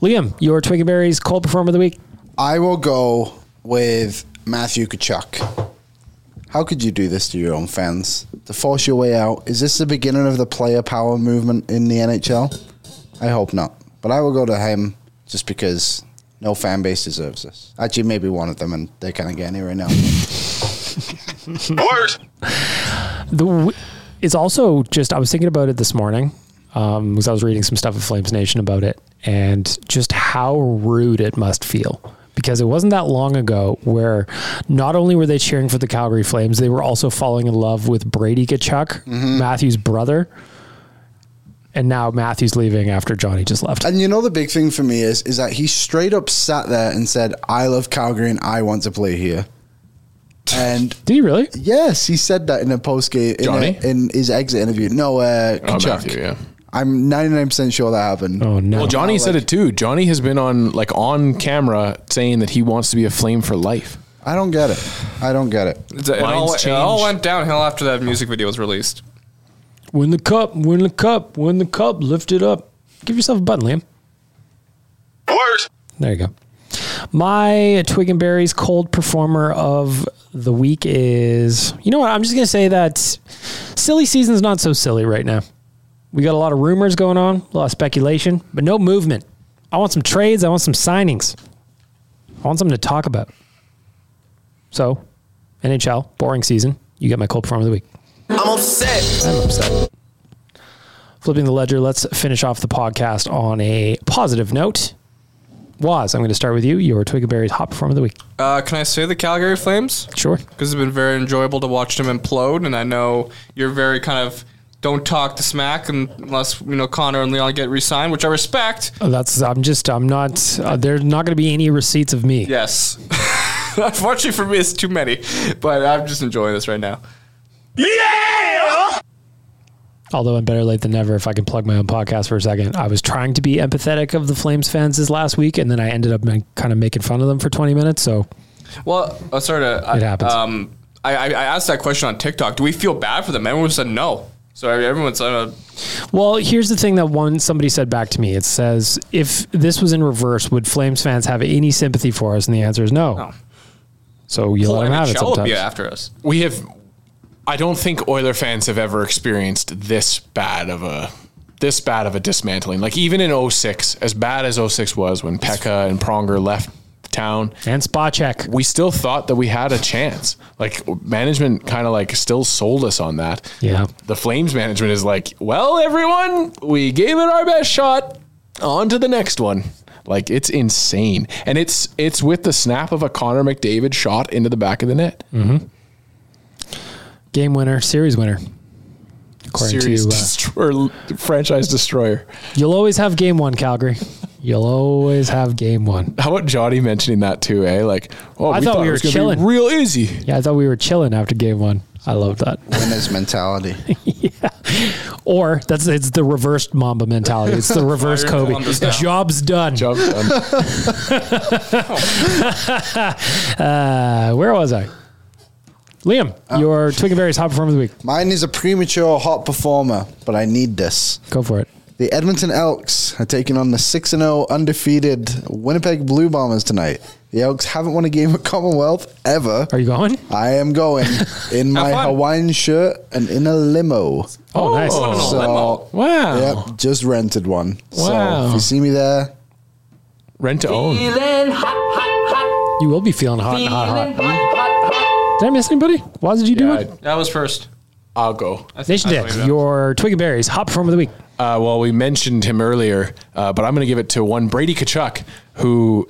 Liam, your Twig and Berries cold performer of the week.
I will go with Matthew Kachuk. How could you do this to your own fans? To force your way out? Is this the beginning of the player power movement in the NHL? I hope not. But I will go to him just because no fan base deserves this. Actually, maybe one of them, and they're kind of getting it right now.
The w- it's also just I was thinking about it this morning um, because I was reading some stuff at Flames Nation about it and just how rude it must feel because it wasn't that long ago where not only were they cheering for the Calgary Flames they were also falling in love with Brady Kachuk Matthew's brother and now Matthew's leaving after Johnny just left
And you know the big thing for me is is that he straight up sat there and said, "I love Calgary and I want to play here." And
did he really?
Yes, he said that in a post game in,
Johnny?
a- in his exit interview. No, uh,
Oh,
Kachuk.
Matthew, yeah.
I'm 99 percent sure that happened.
Oh no!
Well, Johnny said it too. Johnny has been on like on camera saying that he wants to be a flame for life.
I don't get it. I don't get it.
it's- it, all,
Minds
it all
change.
went downhill after that music video was released.
win the cup win the cup win the cup lift it up give yourself a button Liam There you go. My Twig and Berries cold performer of the week is you know what? I'm just gonna say that silly season's not so silly right now. We got a lot of rumors going on, a lot of speculation, but no movement. I want some trades, I want some signings. I want something to talk about. So, NHL, boring season. You get my cold performer of the week.
I'm upset.
I'm upset. Flipping the ledger, let's finish off the podcast on a positive note. Waz, I'm going to start with you. Your Twig and Berries hot performer of the week.
Uh, can I say the Calgary Flames?
Sure.
Because it's been very enjoyable to watch them implode, and I know you're very kind of don't talk the smack un- unless you know Connor and Leon get re-signed, which I respect.
Uh, That's I'm just I'm not. Uh, there's not going to be any receipts of me.
Yes. Unfortunately for me, it's too many, but I'm just enjoying this right now. Yeah.
Although I'm better late than never. If I can plug my own podcast for a second, I was trying to be empathetic of the Flames fans this last week, and then I ended up kind of making fun of them for 20 minutes. So
Well, uh, sorry to. I,
It happens.
Um, I, I I asked that question on TikTok. Do we feel bad for them? Everyone said no. So everyone said, uh,
Well, here's the thing that one somebody said back to me. It says, if this was in reverse, would Flames fans have any sympathy for us? And the answer is no. So you let them have it sometimes.
after us.
We have. I don't think Oiler fans have ever experienced this bad of a this bad of a dismantling. Like even in 06, as bad as 06 was when Pekka and Pronger left the town
and Spacek,
we still thought that we had a chance. Like management kind of like still sold us on that.
Yeah.
The Flames management is like, well, everyone, we gave it our best shot. On to the next one. Like it's insane, and it's it's with the snap of a Connor McDavid shot into the back of the net.
Mm-hmm. Game winner, series winner. According
Series
to uh,
destroyer, franchise destroyer.
you'll always have game one, Calgary. You'll always have game one.
How about Johnny mentioning that too? Eh, like, oh,
I thought, we were chilling,
real easy.
Yeah, I thought we were chilling after game one. I love that.
Winner's mentality.
Or that's it's the reversed Mamba mentality. It's the reverse
Fire
Kobe.
Columbus down.
Job's done.
Job's done.
uh, where was I? Liam, your Twig and Berries hot performer of the week.
Mine is a premature hot performer, but I need this.
Go for it.
The Edmonton Elks are taking on the 6 0 undefeated Winnipeg Blue Bombers tonight. The Elks haven't won a game at Commonwealth ever. Are
you going?
I am going in my
fun.
Hawaiian shirt and in a limo.
Oh, nice. Oh, in a limo.
wow. Yep, just rented one. So if
Wow.
you see me there,
rent to own.
You will be feeling hot and hot, hot. Did I miss anybody? Why did you do it?
That was first.
I'll go.
Nation Dick, your Twig and Berries, hop performer of the week.
Uh, well, we mentioned him earlier, uh, but I'm going to give it to one Brady Kachuk, who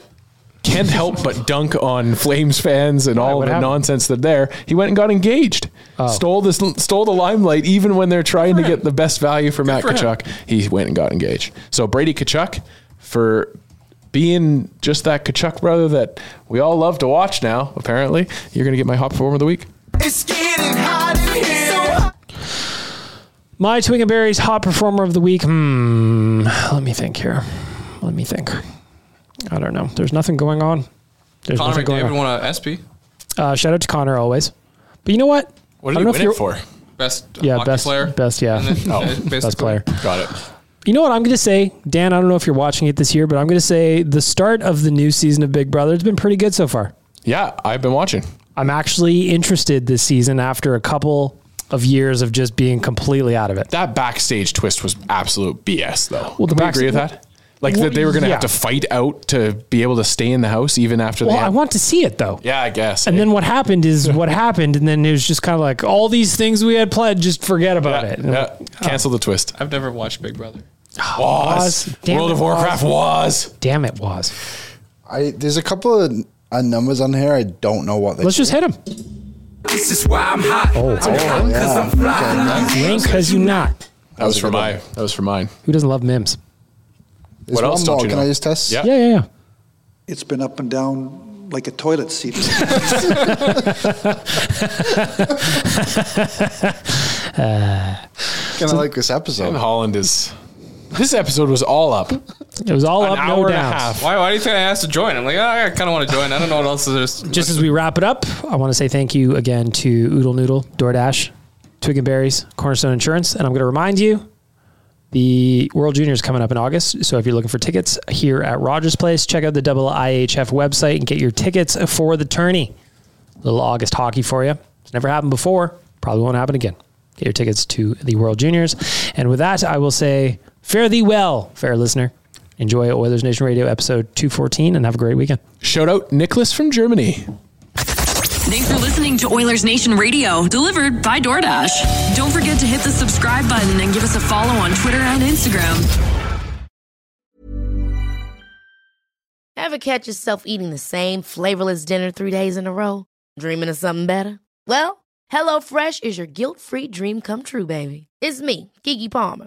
can't help but dunk on Flames fans and all the nonsense that there. He went and got engaged, stole this, stole the limelight, even when they're trying to get the best value for Matt
for him.
Kachuk. He went and got engaged. So Brady Kachuk for being just that Kachuk brother that we all love to watch now. Apparently, you're going to get my hot form of the week.
It's getting hot in here.
My Twig and Berries hot performer of the week. Hmm. Let me think here. Let me think. I don't know. There's nothing going on. There's
Connor
nothing going
McDavid
on.
won a SP.
Uh, shout out to Connor always. But you know what?
What
I don't
did he
know
win
if
it
you're-
for? Oh,
Best
Yeah,
hockey
best
player.
Best, yeah.
And then- yeah, basically.
best player.
Got it.
You know what I'm going to say, Dan? I don't know if you're watching it this year, but I'm going to say the start of the new season of Big Brother has been pretty good so far.
Yeah, I've been watching.
I'm actually interested this season after a couple of years of just being completely out of it.
That backstage twist was absolute BS, though.
Well, the
Can we
backst-
agree with that? Like
Well,
that they were going to
yeah.
have to fight out to be able to stay in the house even after
Well,
they.
I
Had-
want to see it though.
yeah, I guess.
And then what happened is what happened, and then it was just kind of like all these things we had planned, just forget about it. And oh.
Yeah, cancel the twist.
I've never watched Big Brother.
Was,
Oz, damn
World
it,
of
Oz.
Warcraft was.
Damn it, was.
I there's a couple of uh, numbers on here. I don't know what they
Let's just hit him.
This is why I'm hot.
Oh,
I'm hot
yeah.
cause I'm fly.
You ain't cause you not.
That was for my. That was for mine.
Who doesn't love Mims?
There's
What
one
else
more.
don't you
Can
know?
I just test?
Yeah.
Yeah, yeah, yeah.
It's been up and down like a toilet seat.
Kind of like this
And
episode.
Holland is. This episode was all up.
It was all
An
up,
hour
no
and a
downs.
half.
Why, why do you think I asked to join? I'm like, "Ah, I kind of want to join. I don't know what else there's.
Just as we wrap it up, I want to say thank you again to Oodle Noodle, DoorDash, Twig and Berries, Cornerstone Insurance, and I'm going to remind you the World Juniors coming up in August. So if you're looking for tickets here at Rogers Place, check out the IIHF website and get your tickets for the tourney. Little August hockey for you. It's never happened before. Probably won't happen again. Get your tickets to the World Juniors. And with that, I will say fare thee well, fair listener. Enjoy Oilers Nation Radio episode 214 and have a great weekend.
Shout out Nicholas from Germany.
Thanks for listening to Oilers Nation Radio, delivered by DoorDash. Don't forget to hit the subscribe button and give us a follow on Twitter and Instagram.
Ever catch yourself eating the same flavorless dinner three days in a row? Dreaming of something better? Well, HelloFresh is your guilt free dream come true, baby. It's me, Gigi Palmer.